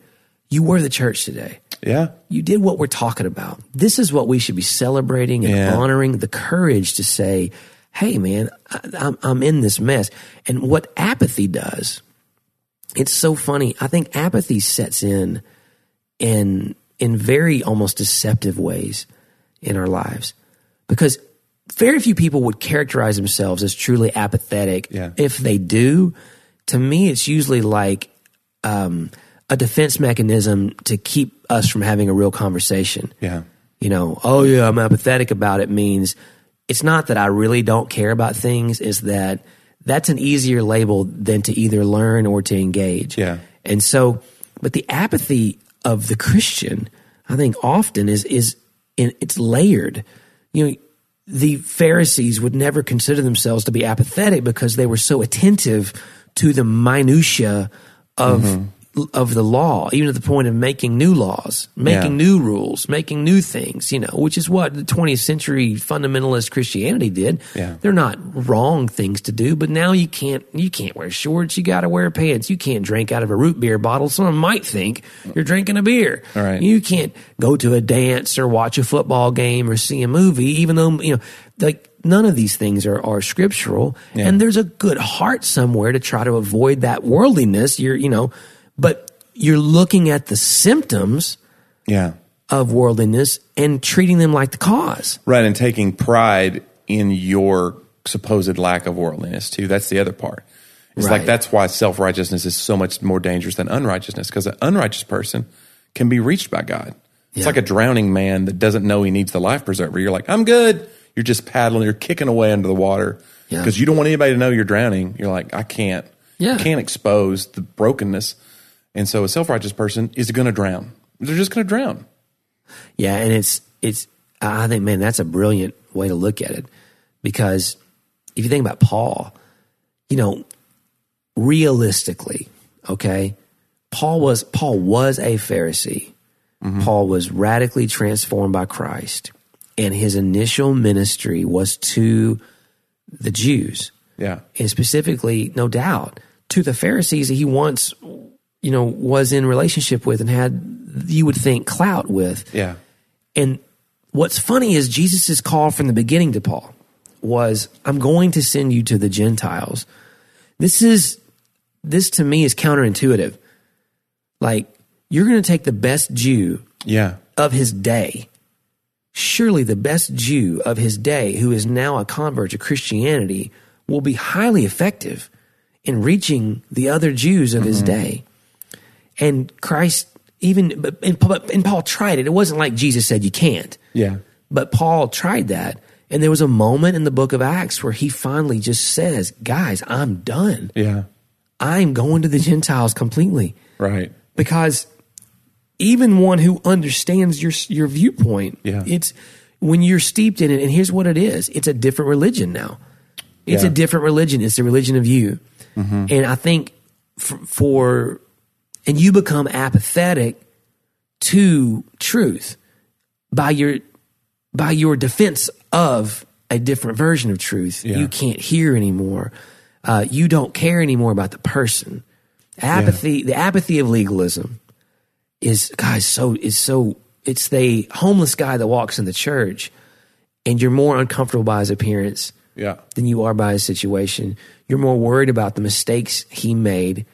You were the church today. Yeah. You did what we're talking about. This is what we should be celebrating and Yeah. honoring the courage to say, hey, man, I, I'm, I'm in this mess. And what apathy does, it's so funny. I think apathy sets in in in very almost deceptive ways in our lives because very few people would characterize themselves as truly apathetic Yeah. if they do to me it's usually like um, a defense mechanism to keep us from having a real conversation Yeah. you know, oh yeah, I'm apathetic about it means it's not that I really don't care about things, is that that's an easier label than to either learn or to engage. Yeah. And so, but the apathy of the Christian, I think often is, is, in, it's layered. You know, the Pharisees would never consider themselves to be apathetic because they were so attentive to the minutia of, Mm-hmm. of the law, even at the point of making new laws, making Yeah. new rules, making new things, you know, which is what the 20th century fundamentalist Christianity did. Yeah. They're not wrong things to do, but now you can't you can't wear shorts, you got to wear pants. You can't drink out of a root beer bottle. Someone might think you're drinking a beer. All right. You can't go to a dance or watch a football game or see a movie even though, you know, like none of these things are are scriptural and there's a good heart somewhere to try to avoid that worldliness. You're, you know, but you're looking at the symptoms Yeah. of worldliness and treating them like the cause. Right. And taking pride in your supposed lack of worldliness, too. That's the other part. It's like Right. that's why self righteousness is so much more dangerous than unrighteousness because an unrighteous person can be reached by God. It's Yeah. like a drowning man that doesn't know he needs the life preserver. You're like, I'm good. You're just paddling, you're kicking away under the water Yeah. because you don't want anybody to know you're drowning. You're like, I can't. Yeah. I can't expose the brokenness. And so a self righteous person is going to drown. They're just going to drown. Yeah, and it's it's I think man, that's a brilliant way to look at it because if you think about Paul, you know, realistically, okay, Paul was Paul was a Pharisee. Paul was radically transformed by Christ, and his initial ministry was to the Jews. Yeah. and specifically, no doubt, to the Pharisees that he once, you know, was in relationship with and had, you would think, clout with. Yeah. And what's funny is Jesus' call from the beginning to Paul was, I'm going to send you to the Gentiles. This is, this to me is counterintuitive. Like, you're going to take the best Jew Yeah. of his day, surely the best Jew of his day, who is now a convert to Christianity, will be highly effective in reaching the other Jews of his day. And Christ, even, but- and Paul, and Paul tried it. It wasn't like Jesus said, you can't. Yeah. But Paul tried that. And there was a moment in the book of Acts where he finally just says, guys, I'm done. Yeah. I'm going to the Gentiles completely Right. because even one who understands your your viewpoint, Yeah. it's when you're steeped in it. And here's what it is: it's a different religion now. It's Yeah. Mm-hmm. a different religion. It's the religion of you. And I think for, for and you become apathetic to truth by your by your defense of a different version of truth Yeah. you can't hear anymore uh, you don't care anymore about the person apathy the apathy of legalism is guys so is so it's the homeless guy that walks in the church and you're more uncomfortable by his appearance Yeah. than you are by his situation. You're more worried about the mistakes he made,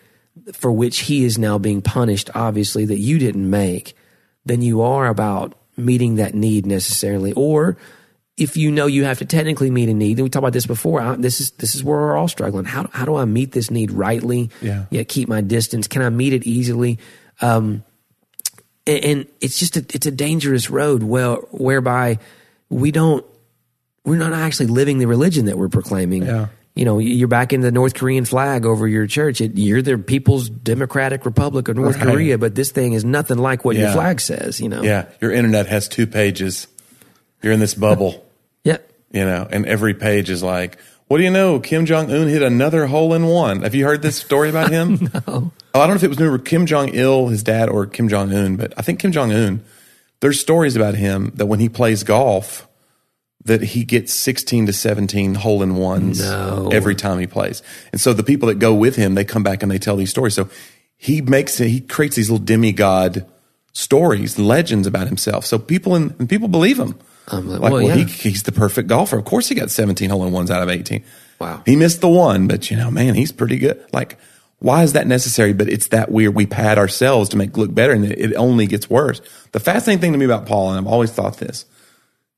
for which he is now being punished, obviously, that you didn't make, than you are about meeting that need necessarily. Or if you know you have to technically meet a need, and we talked about this before, I, this is this is where we're all struggling. How, how do I meet this need rightly? Yeah. Yet keep my distance. Can I meet it easily? and, and it's just a, it's a dangerous road well whereby we don't we're not actually living the religion that we're proclaiming Yeah. you know you're back in the north korean flag over your church it, you're the people's democratic republic of north Right. korea but this thing is nothing like what your Yeah. flag says you know Yeah. Your internet has two pages. You're in this bubble, Yep. you know, and every page is like, what do you know? Kim Jong Un hit another hole in one. Have you heard this story about him? no. Oh, I don't know if it was remember Kim Jong Il, his dad, or Kim Jong Un, but I think Kim Jong Un. There's stories about him that when he plays golf, that he gets 16 to 17 hole in ones every time he plays. And so the people that go with him, they come back and they tell these stories. So he makes it, he creates these little demigod stories, legends about himself. So people in, and people believe him. Um, like, well, well, yeah. he, he's the perfect golfer. Of course he got 17 hole in ones out of 18. Wow. He missed the one, but you know, man, he's pretty good. Like, why is that necessary? But it's that weird. We pad ourselves to make look better and it, it only gets worse. The fascinating thing to me about Paul, and I've always thought this,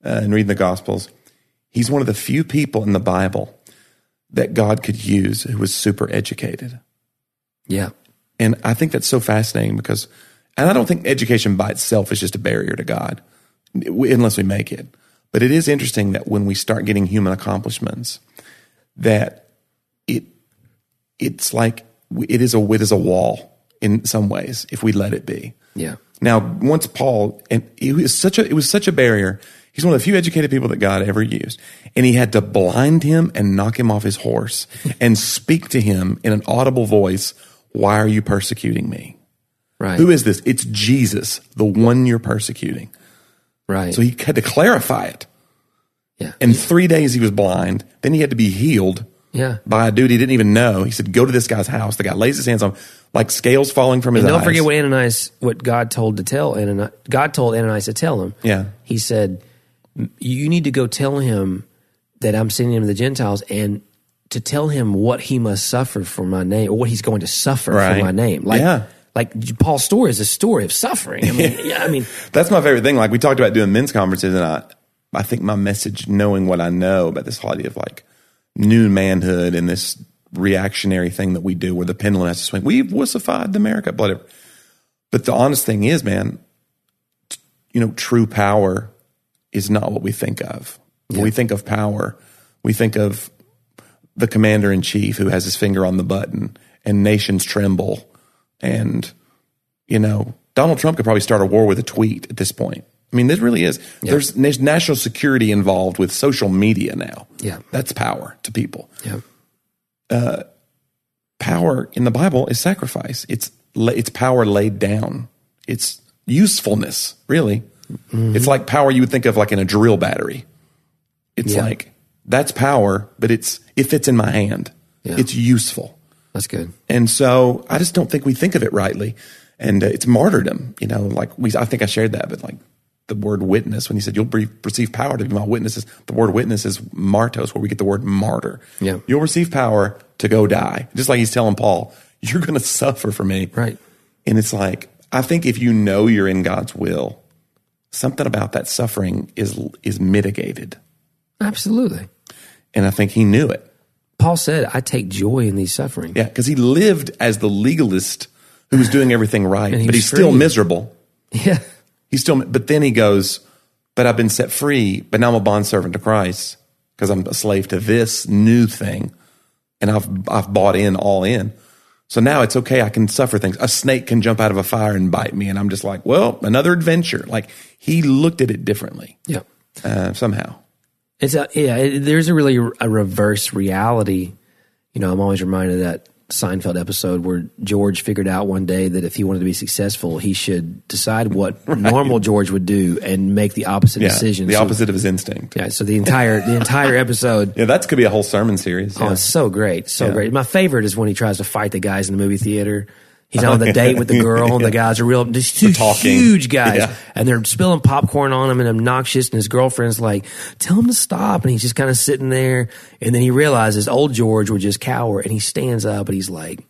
uh, and reading the Gospels, he's one of the few people in the Bible that God could use who was super educated. yeah And I think that's so fascinating because, and I don't think education by itself is just a barrier to God, w- unless we make it. But it is interesting that when we start getting human accomplishments, that it it's like w- it is a it is a wall in some ways if we let it be. yeah Now, once Paul, and it was such a it was such a barrier. He's one of the few educated people that God ever used, and he had to blind him and knock him off his horse and speak to him in an audible voice. Why are you persecuting me? right Who is this? It's Jesus, the one you're persecuting. right So he had to clarify it. yeah In three days, he was blind. Then he had to be healed yeah by a dude he didn't even know. He said, "Go to this guy's house." The guy lays his hands on, him, like scales falling from his And don't eyes. forget what Ananias, what God told to tell Ananias. God told Ananias to tell him. Yeah. He said, "You need to go tell him that I'm sending him to the Gentiles, and to tell him what he must suffer for my name, or what he's going to suffer Right. for my name." Like, Yeah. like Paul's story is a story of suffering. I mean, yeah, I mean, That's my favorite thing. Like we talked about doing men's conferences, and I, I think my message, knowing what I know about this whole idea of like new manhood and this reactionary thing that we do, where the pendulum has to swing. We've wussified America, whatever. But the honest thing is, man, t- you know, true power is not what we think of. When we think of power, we think of the commander in chief who has his finger on the button, and nations tremble, and you know, Donald Trump could probably start a war with a tweet at this point. I mean, this really is. There's na- national security involved with social media now. Yeah. That's power to people. yeah, Power in the Bible is sacrifice. It's la- it's power laid down. It's usefulness, Mm-hmm. really. It's like power you would think of like in a drill battery. It's Yeah. like That's power, but it's if it's in my hand, Yeah. it's useful. That's good. And so I just don't think we think of it rightly. And uh, it's martyrdom, you know, like we, I think I shared that, but like the word witness, when he said, you'll be, receive power to be my witnesses, the word witness is martos, where we get the word martyr. Yeah. You'll receive power to go die. Just like he's telling Paul, you're going to suffer for me. Right. And it's like, I think if you know you're in God's will, something about that suffering is, is mitigated. Absolutely. And I think he knew it. Paul said, I take joy in these suffering. Yeah, because he lived as the legalist who was doing everything right, he was but he's still free. miserable. Yeah. He's still, but then he goes, "But I've been set free, but now I'm a bondservant to Christ because I'm a slave to this new thing, and I've I've bought in all in. So now it's okay. I can suffer things. A snake can jump out of a fire and bite me, and I'm just like, well, another adventure. Like he looked at it differently Yeah. uh, somehow. It's a, yeah, it, there's a really a reverse reality. You know, I'm always reminded of that Seinfeld episode where George figured out one day that if he wanted to be successful, he should decide what normal George would do and make the opposite Yeah, decision. the So- opposite of his instinct. yeah, so the entire the entire episode Yeah, that's could be a whole sermon series. Oh, Yeah. it's so great, so great. My favorite is when he tries to fight the guys in the movie theater. He's on the date with the girl, and the guys are real, these two talking. huge guys, Yeah. and they're spilling popcorn on him and obnoxious. And his girlfriend's like, "Tell him to stop," and he's just kind of sitting there. And then he realizes old George would just cower, and he stands up and he's like,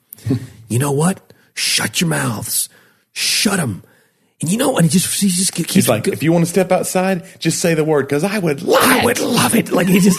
"You know what? Shut your mouths. Shut them." And you know, and he just he just keeps He's like, if you want to step outside, just say the word because I would love I it. would love it. Like he just,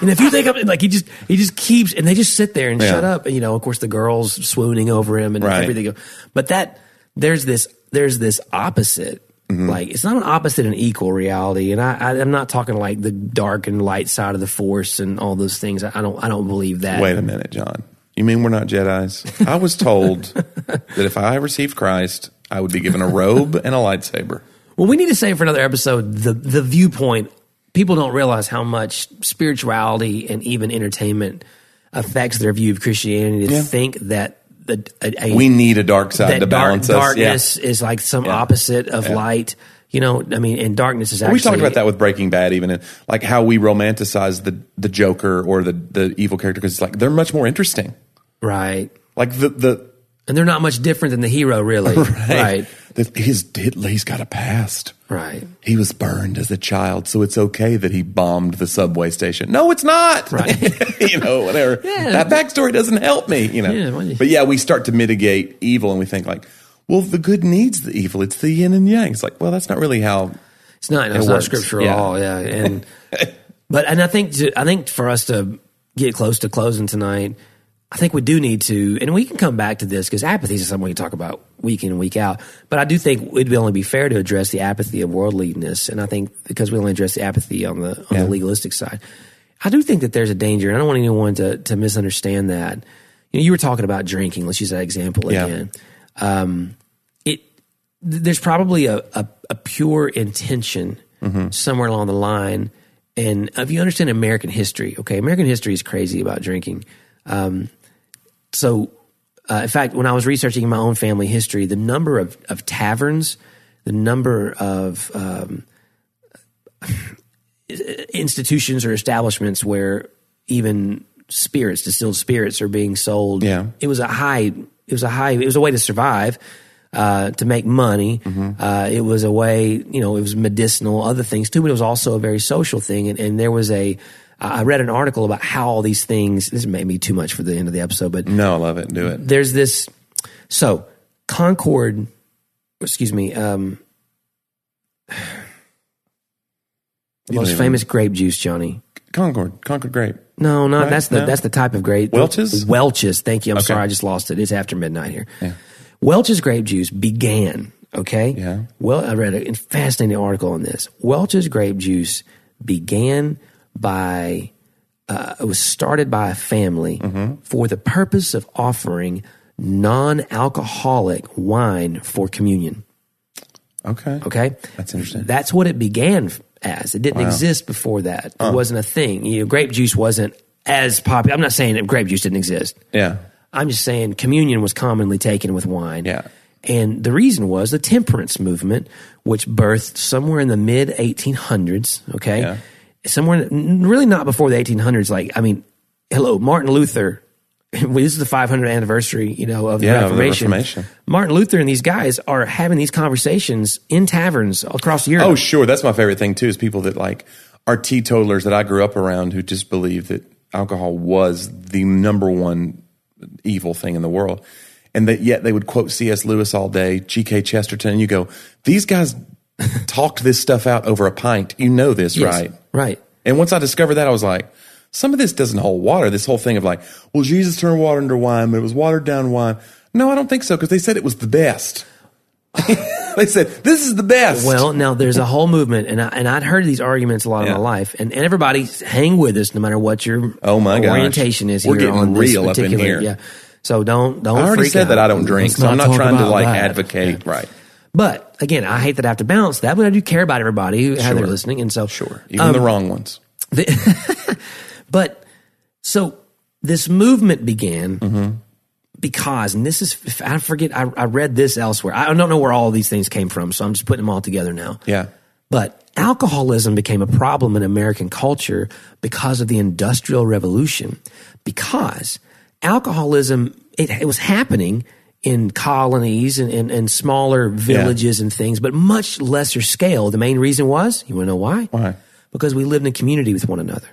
and if you think of it, like he just, he just keeps, and they just sit there and Yeah. shut up. And, you know, of course, the girls swooning over him and Right. everything. But that there's this, there's this opposite. Mm-hmm. Like it's not an opposite and equal reality. And I, I, I'm not talking like the dark and light side of the force and all those things. I, I don't, I don't believe that. Wait a minute, John. You mean we're not Jedi's? I was told that if I received Christ, I would be given a robe and a lightsaber. Well, we need to save for another episode the the viewpoint. People don't realize how much spirituality and even entertainment affects their view of Christianity. To think that the a, a, We need a dark side that Uh, to dark, balance us. Yeah. darkness is like some opposite of light. You know, I mean, and darkness is actually We talked about that with Breaking Bad, even and like how we romanticize the the Joker or the the evil character because it's like they're much more interesting. right? Like the the And they're not much different than the hero, really. right, the- his he's got a past. right. He was burned as a child, so it's okay that he bombed the subway station. No, it's not. Right. you know, whatever. Yeah. That backstory doesn't help me, you know. Yeah, why- but yeah, we start to mitigate evil and we think like, well, the good needs the evil. It's the yin and yang. It's like, well, that's not really how It's not. it's not works. scripture at Yeah. all. Yeah, and but and I think to, I think for us to get close to closing tonight, I think we do need to, and we can come back to this because apathy is something we talk about week in and week out. But I do think it'd only be fair to address the apathy of worldliness, and I think because we only address the apathy on the on the legalistic side, I do think that there's a danger, and I don't want anyone to to misunderstand that. You know, you were talking about drinking. Let's use that example Yeah. again it th- there's probably a, a, a pure intention somewhere along the line and uh, if you understand american history okay american history is crazy about drinking um, so uh, in fact when i was researching my own family history the number of, of taverns the number of um, institutions or establishments where even spirits distilled spirits are being sold Yeah. it was a high it was a high it was a way to survive uh, to make money uh, it was a way you know it was medicinal other things too but it was also a very social thing and, and there was a i read an article about how all these things this may be too much for the end of the episode but No, I love it. Do it. there's this so concord excuse me um the You don't most even- famous grape juice johnny Concord. Concord grape. no, no, Right? that's the No? that's the type of grape. Welch's? Welch's. Thank you. I'm Okay. sorry, I just lost it. It's after midnight here. Welch's grape juice began. Okay. Yeah. Well, I read a fascinating article on this. Welch's grape juice began by uh, it was started by a family Mm-hmm. for the purpose of offering non-alcoholic wine for communion. Okay. Okay. That's interesting. That's what it began f- as. It didn't exist before that. It wasn't a thing. You know, grape juice wasn't as popular. I'm not saying that grape juice didn't exist. Yeah. I'm just saying communion was commonly taken with wine. Yeah. And the reason was the temperance movement, which birthed somewhere in the mid 1800s. Okay. Yeah. somewhere, n- really not before the 1800s. Like, I mean, hello, Martin Luther. this is the 500th anniversary, you know, of the, Yeah, of the Reformation. Reformation. Martin Luther and these guys are having these conversations in taverns across Europe. Oh, sure. That's my favorite thing too is people that like are teetotalers that I grew up around who just believe that alcohol was the number one evil thing in the world, and that yet they would quote C.S. Lewis all day, G.K. Chesterton, and you go, these guys talked this stuff out over a pint. You know this, Yes, right? Right. And once I discovered that, I was like, some of this doesn't hold water. This whole thing of like, well, Jesus turned water into wine, but it was watered down wine. No, I don't think so because they said it was the best. they said this is the best. Well, now there's a whole movement, and I, and I'd heard these arguments a lot in Yeah. my life, and, and everybody hang with us no matter what your Oh, my gosh. orientation is. We're here getting on this real up in particular- here. Yeah, so don't don't. I already freak said out. that I don't drink, Let's so I'm not talk trying to about like that. advocate. Right. But again, I hate that I have to balance that, but I do care about everybody who how they're listening, and so Sure. Even Um, the wrong ones. The- but so this movement began Mm-hmm. because, and this is, if I forget, I, I read this elsewhere. I don't know where all these things came from, so I'm just putting them all together now. Yeah. But alcoholism became a problem in American culture because of the Industrial Revolution, because alcoholism, it, it was happening in colonies and, and, and smaller villages and things, but much lesser scale. The main reason was, you want to know why? Why? Because we lived in community with one another.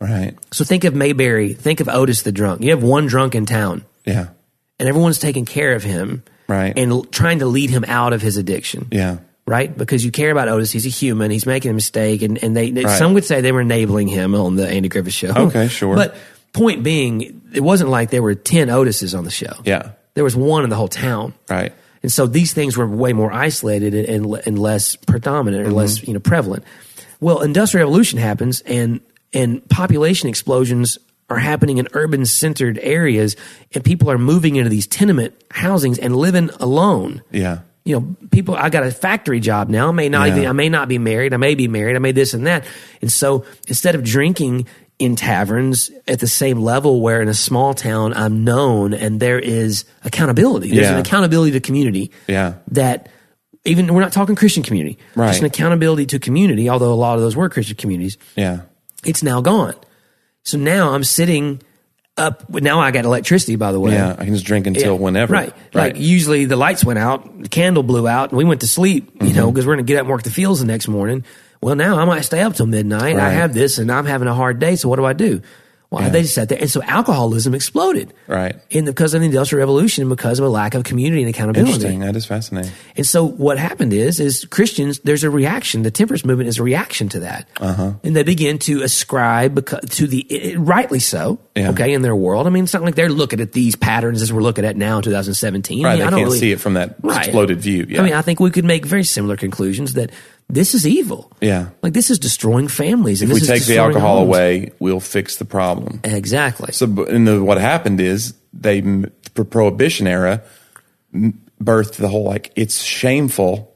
Right. So think of Mayberry, think of Otis the drunk. You have one drunk in town, Yeah. and everyone's taking care of him, Right. And l- trying to lead him out of his addiction, Yeah. right? Because you care about Otis; he's a human. He's making a mistake, and and they Right. some would say they were enabling him on the Andy Griffith show. Okay, sure. But point being, it wasn't like there were ten Otises on the show. Yeah. there was one in the whole town. Right. And so these things were way more isolated and, and, le- and less predominant Mm-hmm. or less you know prevalent. Well, industrial revolution happens and and population explosions are happening in urban centered areas and people are moving into these tenement housings and living alone. Yeah. You know, people I got a factory job now. I may not Yeah. even I may not be married, I may be married, I may this and that. And so instead of drinking in taverns at the same level where in a small town I'm known and there is accountability. There's an Yeah. accountability to community Yeah. that even we're not talking Christian community, Right. just an accountability to community, although a lot of those were Christian communities, Yeah. it's now gone. So now I'm sitting up. Now I got electricity, by the way. Yeah. I can just drink until Yeah. whenever. Right. Right. Like usually the lights went out, the candle blew out, and we went to sleep, Mm-hmm. you know, because we're going to get up and work the fields the next morning. Well, now I might stay up till midnight. I Right. have this and I'm having a hard day. So what do I do? Well, they just sat there. And so alcoholism exploded. Right. In the, because of the Industrial Revolution and because of a lack of community and accountability. Interesting. That is fascinating. And so what happened is, is Christians, there's a reaction. The temperance movement is a reaction to that. Uh-huh. And they begin to ascribe becau- to the, i- i- rightly so, Yeah. okay, in their world. I mean, it's not like they're looking at these patterns as we're looking at now in 2017. I mean, Right. I they don't can't really- see it from that Right. exploded view. Yeah. I mean, I think we could make very similar conclusions that this is evil. Yeah. Like this is destroying families. and if we this is take the destroying alcohol homes. away, we'll fix the problem. Exactly. So, b- and the, what happened is they, m- the prohibition era, m- birthed the whole like it's shameful,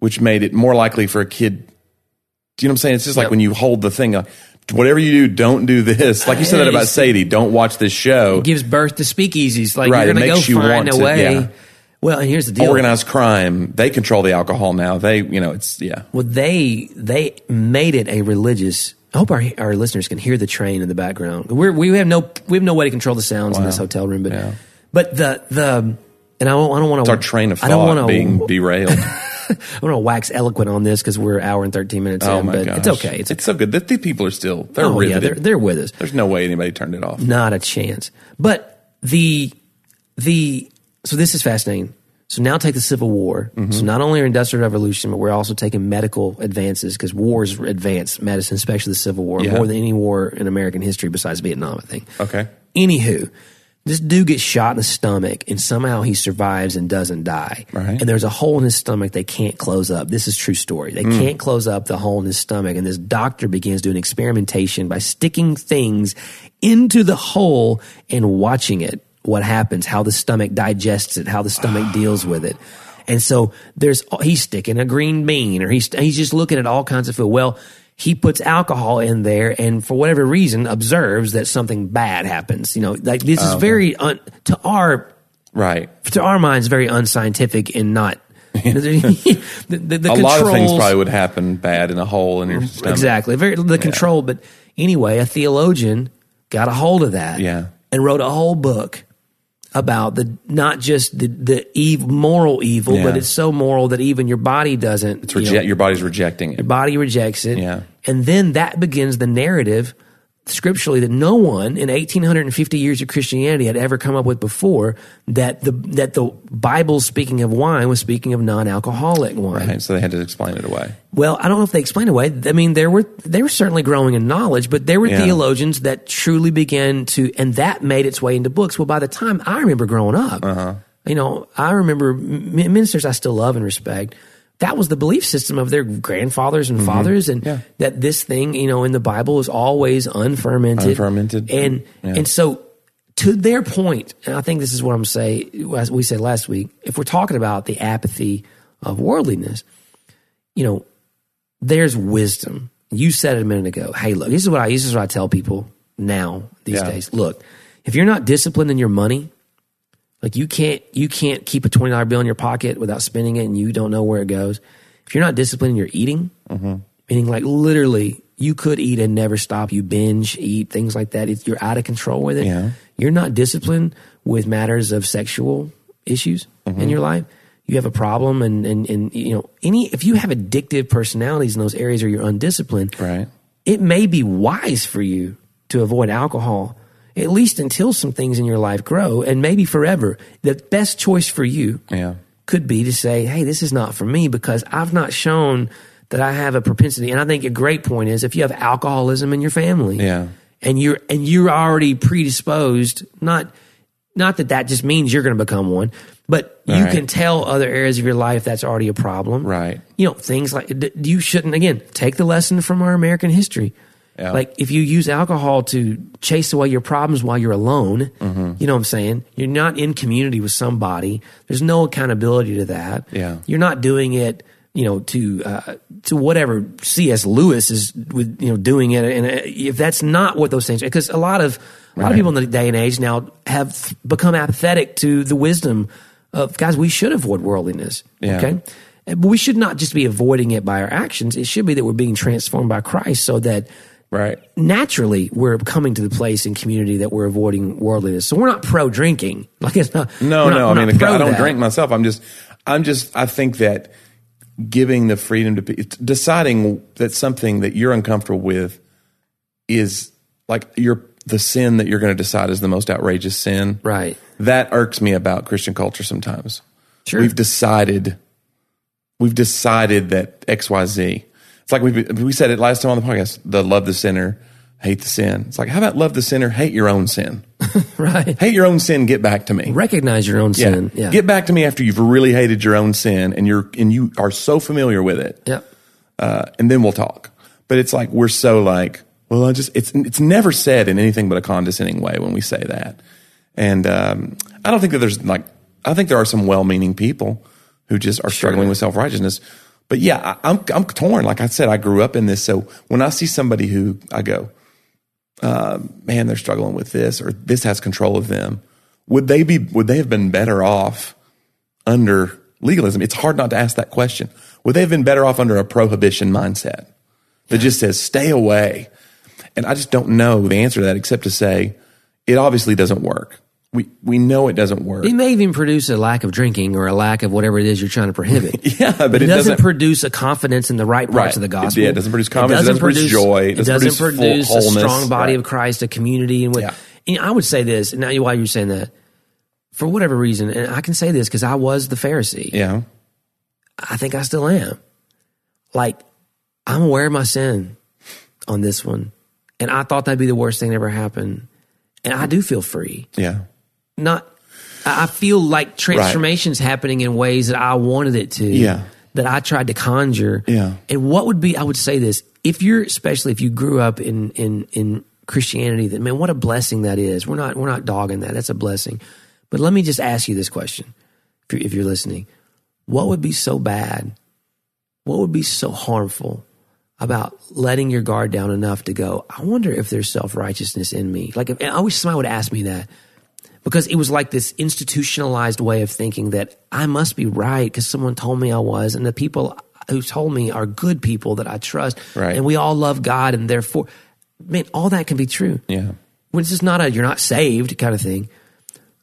which made it more likely for a kid. Do you know what I'm saying? It's just like Yep. when you hold the thing, like, whatever you do, don't do this. Like you said that Hey, about see- Sadie. Don't watch this show. gives birth to speakeasies. Like Right, you're it going to go makes you find want a to- way. yeah. Well, and here's the deal. Organized crime. They control the alcohol now. They, you know, it's yeah. Well, they they made it a religious. I hope our our listeners can hear the train in the background. We're, we have no we have no way to control the sounds in this hotel room, but Yeah. but the the and I don't, I don't want to Our train of I don't thought want to being derailed. I don't want to wax eloquent on this because we're an hour and thirteen minutes oh in, my but gosh, it's okay. It's, it's so good that the people are still they're oh yeah, riveted. they're they're with us. There's no way anybody turned it off. Not a chance. But the the so this is fascinating. So now take the Civil War. So not only our industrial revolution, but we're also taking medical advances because wars advance medicine, especially the Civil War, Yeah. more than any war in American history besides Vietnam, I think. Okay. Anywho, this dude gets shot in the stomach and somehow he survives and doesn't die. And Right. there's a hole in his stomach they can't close up. This is true story. They can't close up the hole in his stomach. And this doctor begins doing experimentation by sticking things into the hole and watching it, what happens, how the stomach digests it, how the stomach deals with it. And so there's he's sticking a green bean or he's he's just looking at all kinds of food. Well, he puts alcohol in there and for whatever reason observes that something bad happens. You know, like this is very un, to our Right. to our minds very unscientific and not the, the, the a lot of things controls- Mm-hmm. probably would happen bad in a hole in your stomach. Exactly. Very the control. But anyway, a theologian got a hold of that. Yeah. And wrote a whole book about the not just the the evil, moral evil, but Yeah. it's so moral that even your body doesn't. It's Reject, your body's rejecting it. your body rejects it. Yeah. And then that begins the narrative scripturally that no one in 1850 years of Christianity had ever come up with before that the that the Bible speaking of wine was speaking of non-alcoholic wine. Right, so they had to explain it away. Well, I don't know if they explained away. I mean, there were they were certainly growing in knowledge, but there were Yeah. theologians that truly began to, and that made its way into books. Well, by the time I remember growing up, you know, I remember m- ministers I still love and respect. That was the belief system of their grandfathers and fathers, and that this thing, you know, in the Bible is always unfermented, Unfermented. and and so to their point, and I think this is what I'm saying. As we said last week, if we're talking about the apathy of worldliness, you know, there's wisdom. You said it a minute ago. Hey, look, this is what I this is what I tell people now these Yeah. days. Look, if you're not disciplined in your money, like you can't you can't keep a twenty dollar bill in your pocket without spending it, and you don't know where it goes. If you're not disciplined in your eating, meaning like literally you could eat and never stop, you binge eat things like that. It's, you're out of control with it. Yeah. You're not disciplined with matters of sexual issues in your life. You have a problem, and and and you know any if you have addictive personalities in those areas, or you're undisciplined, Right. it may be wise for you to avoid alcohol, at least until some things in your life grow and maybe forever. The best choice for you Yeah. could be to say, hey, this is not for me because I've not shown that I have a propensity. And I think a great point is if you have alcoholism in your family Yeah. and you're and you're already predisposed, not not that that just means you're going to become one, but you Right. can tell other areas of your life that's already a problem Right. you know things like d- you shouldn't again take the lesson from our american history Yeah. like if you use alcohol to chase away your problems while you're alone Mm-hmm. you know what i'm saying you're not in community with somebody there's no accountability to that Yeah. you're not doing it you know to uh, to whatever cs lewis is with you know doing it and uh, if that's not what those things because a lot of a lot of people in the day and age now have th- become apathetic to the wisdom of guys we should avoid worldliness Yeah. okay and- But we should not just be avoiding it by our actions. It should be that we're being transformed by Christ so that Right. naturally we're coming to the place in community that we're avoiding worldliness. So we're not pro drinking. Like it's not. No, we're not- no. we're I not mean, pro I don't that. drink myself. I'm just, I'm just. I think that giving the freedom to be, it's deciding that something that you're uncomfortable with is like your the sin that you're going to decide is the most outrageous sin. Right. That irks me about Christian culture sometimes. Sure. We've decided, we've decided that X, Y, Z. It's like we we said it last time on the podcast. The love the sinner, hate the sin. It's like how about love the sinner, hate your own sin, right. hate your own sin, get back to me. Recognize your own sin. Yeah. Get back to me after you've really hated your own sin and you're and you are so familiar with it. Yep. Uh, and then we'll talk. But it's like we're so like, well, I just it's it's never said in anything but a condescending way when we say that. And um, I don't think that there's like I think there are some well-meaning people who just are struggling with self-righteousness. But yeah, I, I'm I'm torn. Like I said, I grew up in this, so when I see somebody who I go, man, they're struggling with this or this has control of them. Would they be would they have been better off under legalism? It's hard not to ask that question. Would they have been better off under a prohibition mindset that just says stay away? And I just don't know the answer to that except to say it obviously doesn't work. We we know it doesn't work. It may even produce a lack of drinking or a lack of whatever it is you're trying to prohibit. Yeah, but it, it doesn't, doesn't- produce a confidence in the right parts Right. of the It- gospel. yeah, it doesn't produce confidence, it doesn't produce joy, it It doesn't doesn't produce full produce a wholeness, strong body right. of Christ, a community, and what. Yeah. and I would say this. Now, while you're saying that, for whatever reason, and I can say this because I was the Pharisee. yeah. I think I still am. Like, I'm aware of my sin on this one, and I thought that'd be the worst thing that ever happened. And I do feel free Yeah. not I I feel like transformations happening in ways that I wanted it to. Yeah. That I tried to conjure. Yeah. And what would be I would say this, if you're especially if you grew up in in in Christianity, that man, what a blessing that is. We're not we're not dogging that. That's a blessing. But let me just ask you this question. If you're, if you're listening, what would be so bad? What would be so harmful about letting your guard down enough to go, I wonder if there's self righteousness in me? Like, if, I wish somebody would ask me that because it was like this institutionalized way of thinking that I must be right because someone told me I was, and the people who told me are good people that I trust, Right. and we all love God, and therefore, man, all that can be true. Yeah. When it's just not a you're not saved kind of thing,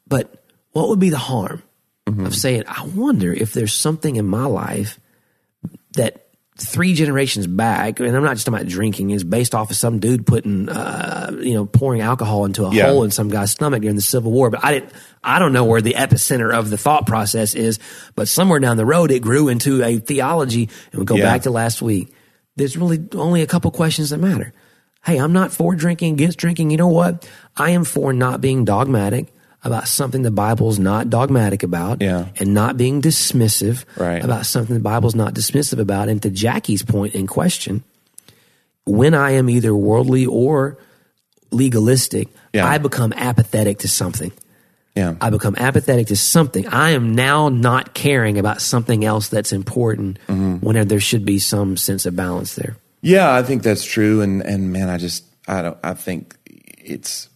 but what would be the harm of saying, I wonder if there's something in my life that three generations back, and I'm not just talking about drinking, is based off of some dude putting, uh, you know, pouring alcohol into a Yeah. hole in some guy's stomach during the Civil War. But I didn't, I don't know where the epicenter of the thought process is, but somewhere down the road it grew into a theology. And we go Yeah. back to last week. There's really only a couple questions that matter. Hey, I'm not for drinking, against drinking. You know what? I am for not being dogmatic about something the Bible's not dogmatic about Yeah. and not being dismissive Right. about something the Bible's not dismissive about. And to Jackie's point in question, when I am either worldly or legalistic, Yeah. I become apathetic to something. Yeah. I become apathetic to something. I am now not caring about something else that's important Mm-hmm. when there should be some sense of balance there. Yeah, I think that's true, and and man, I just I don't I think it's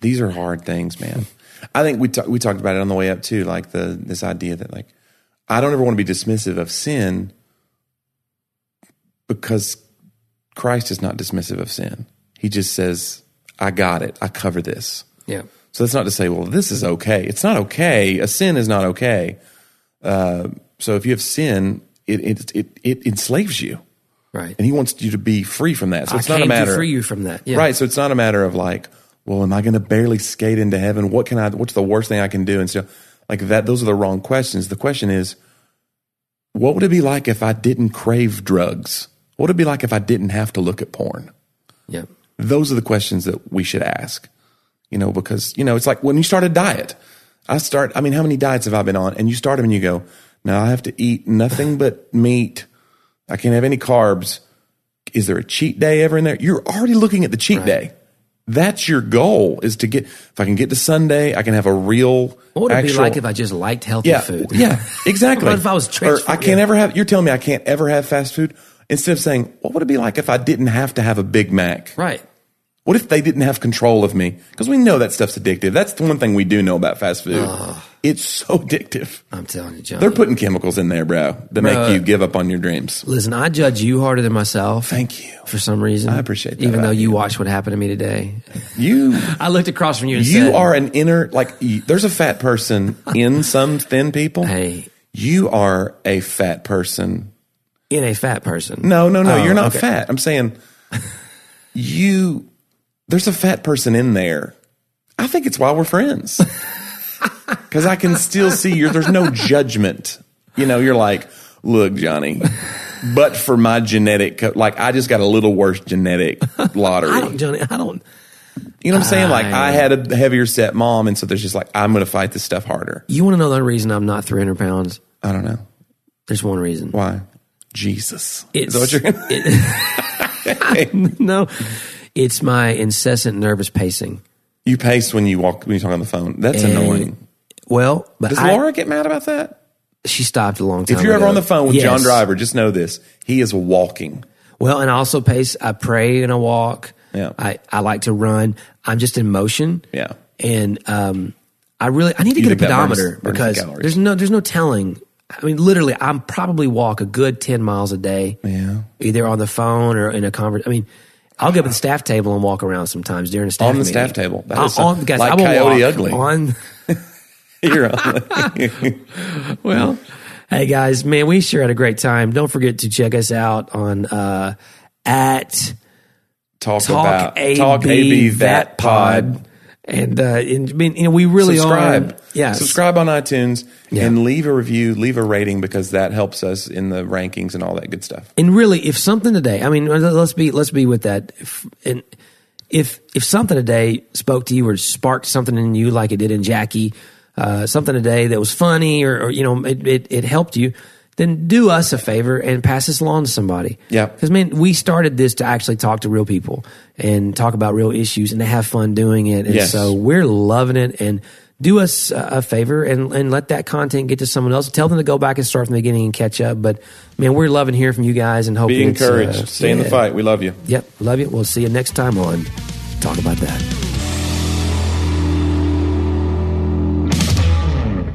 these are hard things, man. I think we talk, we talked about it on the way up too, like the this idea that like I don't ever want to be dismissive of sin because Christ is not dismissive of sin. He just says, "I got it. I cover this." Yeah. So that's not to say, well, this is okay. It's not okay. A sin is not okay. Uh, so if you have sin, it it it, it enslaves you Right. and he wants you to be free from that. So it's I not a came matter, to free you from that. Yeah. right? So it's not a matter of like, well, am I going to barely skate into heaven? What can I? What's the worst thing I can do? And so, like that, those are the wrong questions. The question is, what would it be like if I didn't crave drugs? What would it be like if I didn't have to look at porn? Yeah. Those are the questions that we should ask. You know, because you know, it's like when you start a diet. I start. I mean, how many diets have I been on? And you start them, and you go, "Now I have to eat nothing but meat. I can't have any carbs." Is there a cheat day ever in there? You're already looking at the cheat day. That's your goal is to get. If I can get to Sunday, I can have a real. What would it be actual- like if I just liked healthy yeah, food? Yeah, exactly. What if I was Or transfer- I can't ever have. You're telling me I can't ever have fast food. Instead of saying, "What would it be like if I didn't have to have a Big Mac?" Right. What if they didn't have control of me? Because we know that stuff's addictive. That's the one thing we do know about fast food. It's so addictive. I'm telling you, John. They're putting chemicals in there, bro, that make you give up on your dreams. Listen, I judge you harder than myself. Thank you. For some reason. I appreciate that Even though about you watched what happened to me today. You I looked across from you and said, you are an inner like you, there's a fat person in some thin people. Hey. You are a fat person. in a fat person. No, no, no, Oh, you're not okay. fat. I'm saying you there's a fat person in there. I think it's why we're friends. Cuz I can still see you there's no judgment. You know, you're like, "Look, Johnny, but for my genetic co- like I just got a little worse genetic I lottery." don't, Johnny, I don't. you know what I'm saying? Like I- I had a heavier set mom and so there's just like I'm going to fight this stuff harder. You want to know the reason I'm not 300 pounds? I don't know. There's one reason. Why? Jesus. It's, Is that what you're gonna- it- no, it's my incessant nervous pacing. you pace when you walk when you talk on the phone. That's And- annoying. Well, but Does I- Laura get mad about that? she stopped a long time. If you're ever ago. on the phone with Yes. John Driver, just know this: he is walking. Well, and I also pace. I pray and I walk. Yeah. I, I like to run. I'm just in motion. Yeah. And um, I really I need to You get a think that burns- pedometer burns the because calories. there's no there's no telling. I mean, literally, I'm probably walk a good ten miles a day. Yeah. Either on the phone or in a conversation. I mean, I'll get up at the staff table and walk around sometimes during a staff On the meeting. staff table. That I- is so- on- guys, like I will Coyote walk Ugly. on. You're on- Well, hey guys, man, we sure had a great time. Don't forget to check us out on uh, at talk, Talk about A talk B AB that pod. and uh, and I mean, you know, we really Subscribe. are. Yeah, Subscribe on iTunes and leave a review, leave a rating because that helps us in the rankings and all that good stuff. and really if something today i mean let's be let's be with that if, and if if something today spoke to you or sparked something in you like it did in jackie uh, something today that was funny or, or you know it, it, it helped you then do us a favor and pass this along to somebody Yeah. because man we started this to actually talk to real people and talk about real issues and to have fun doing it and Yes. so we're loving it and do us a a favor and, and let that content get to someone else. Tell them to go back and start from the beginning and catch up. But man, we're loving hearing from you guys and hoping Be it's, uh, encouraged. Stay in the yeah. fight. We love you. Yep, love you. We'll see you next time on Talk About That.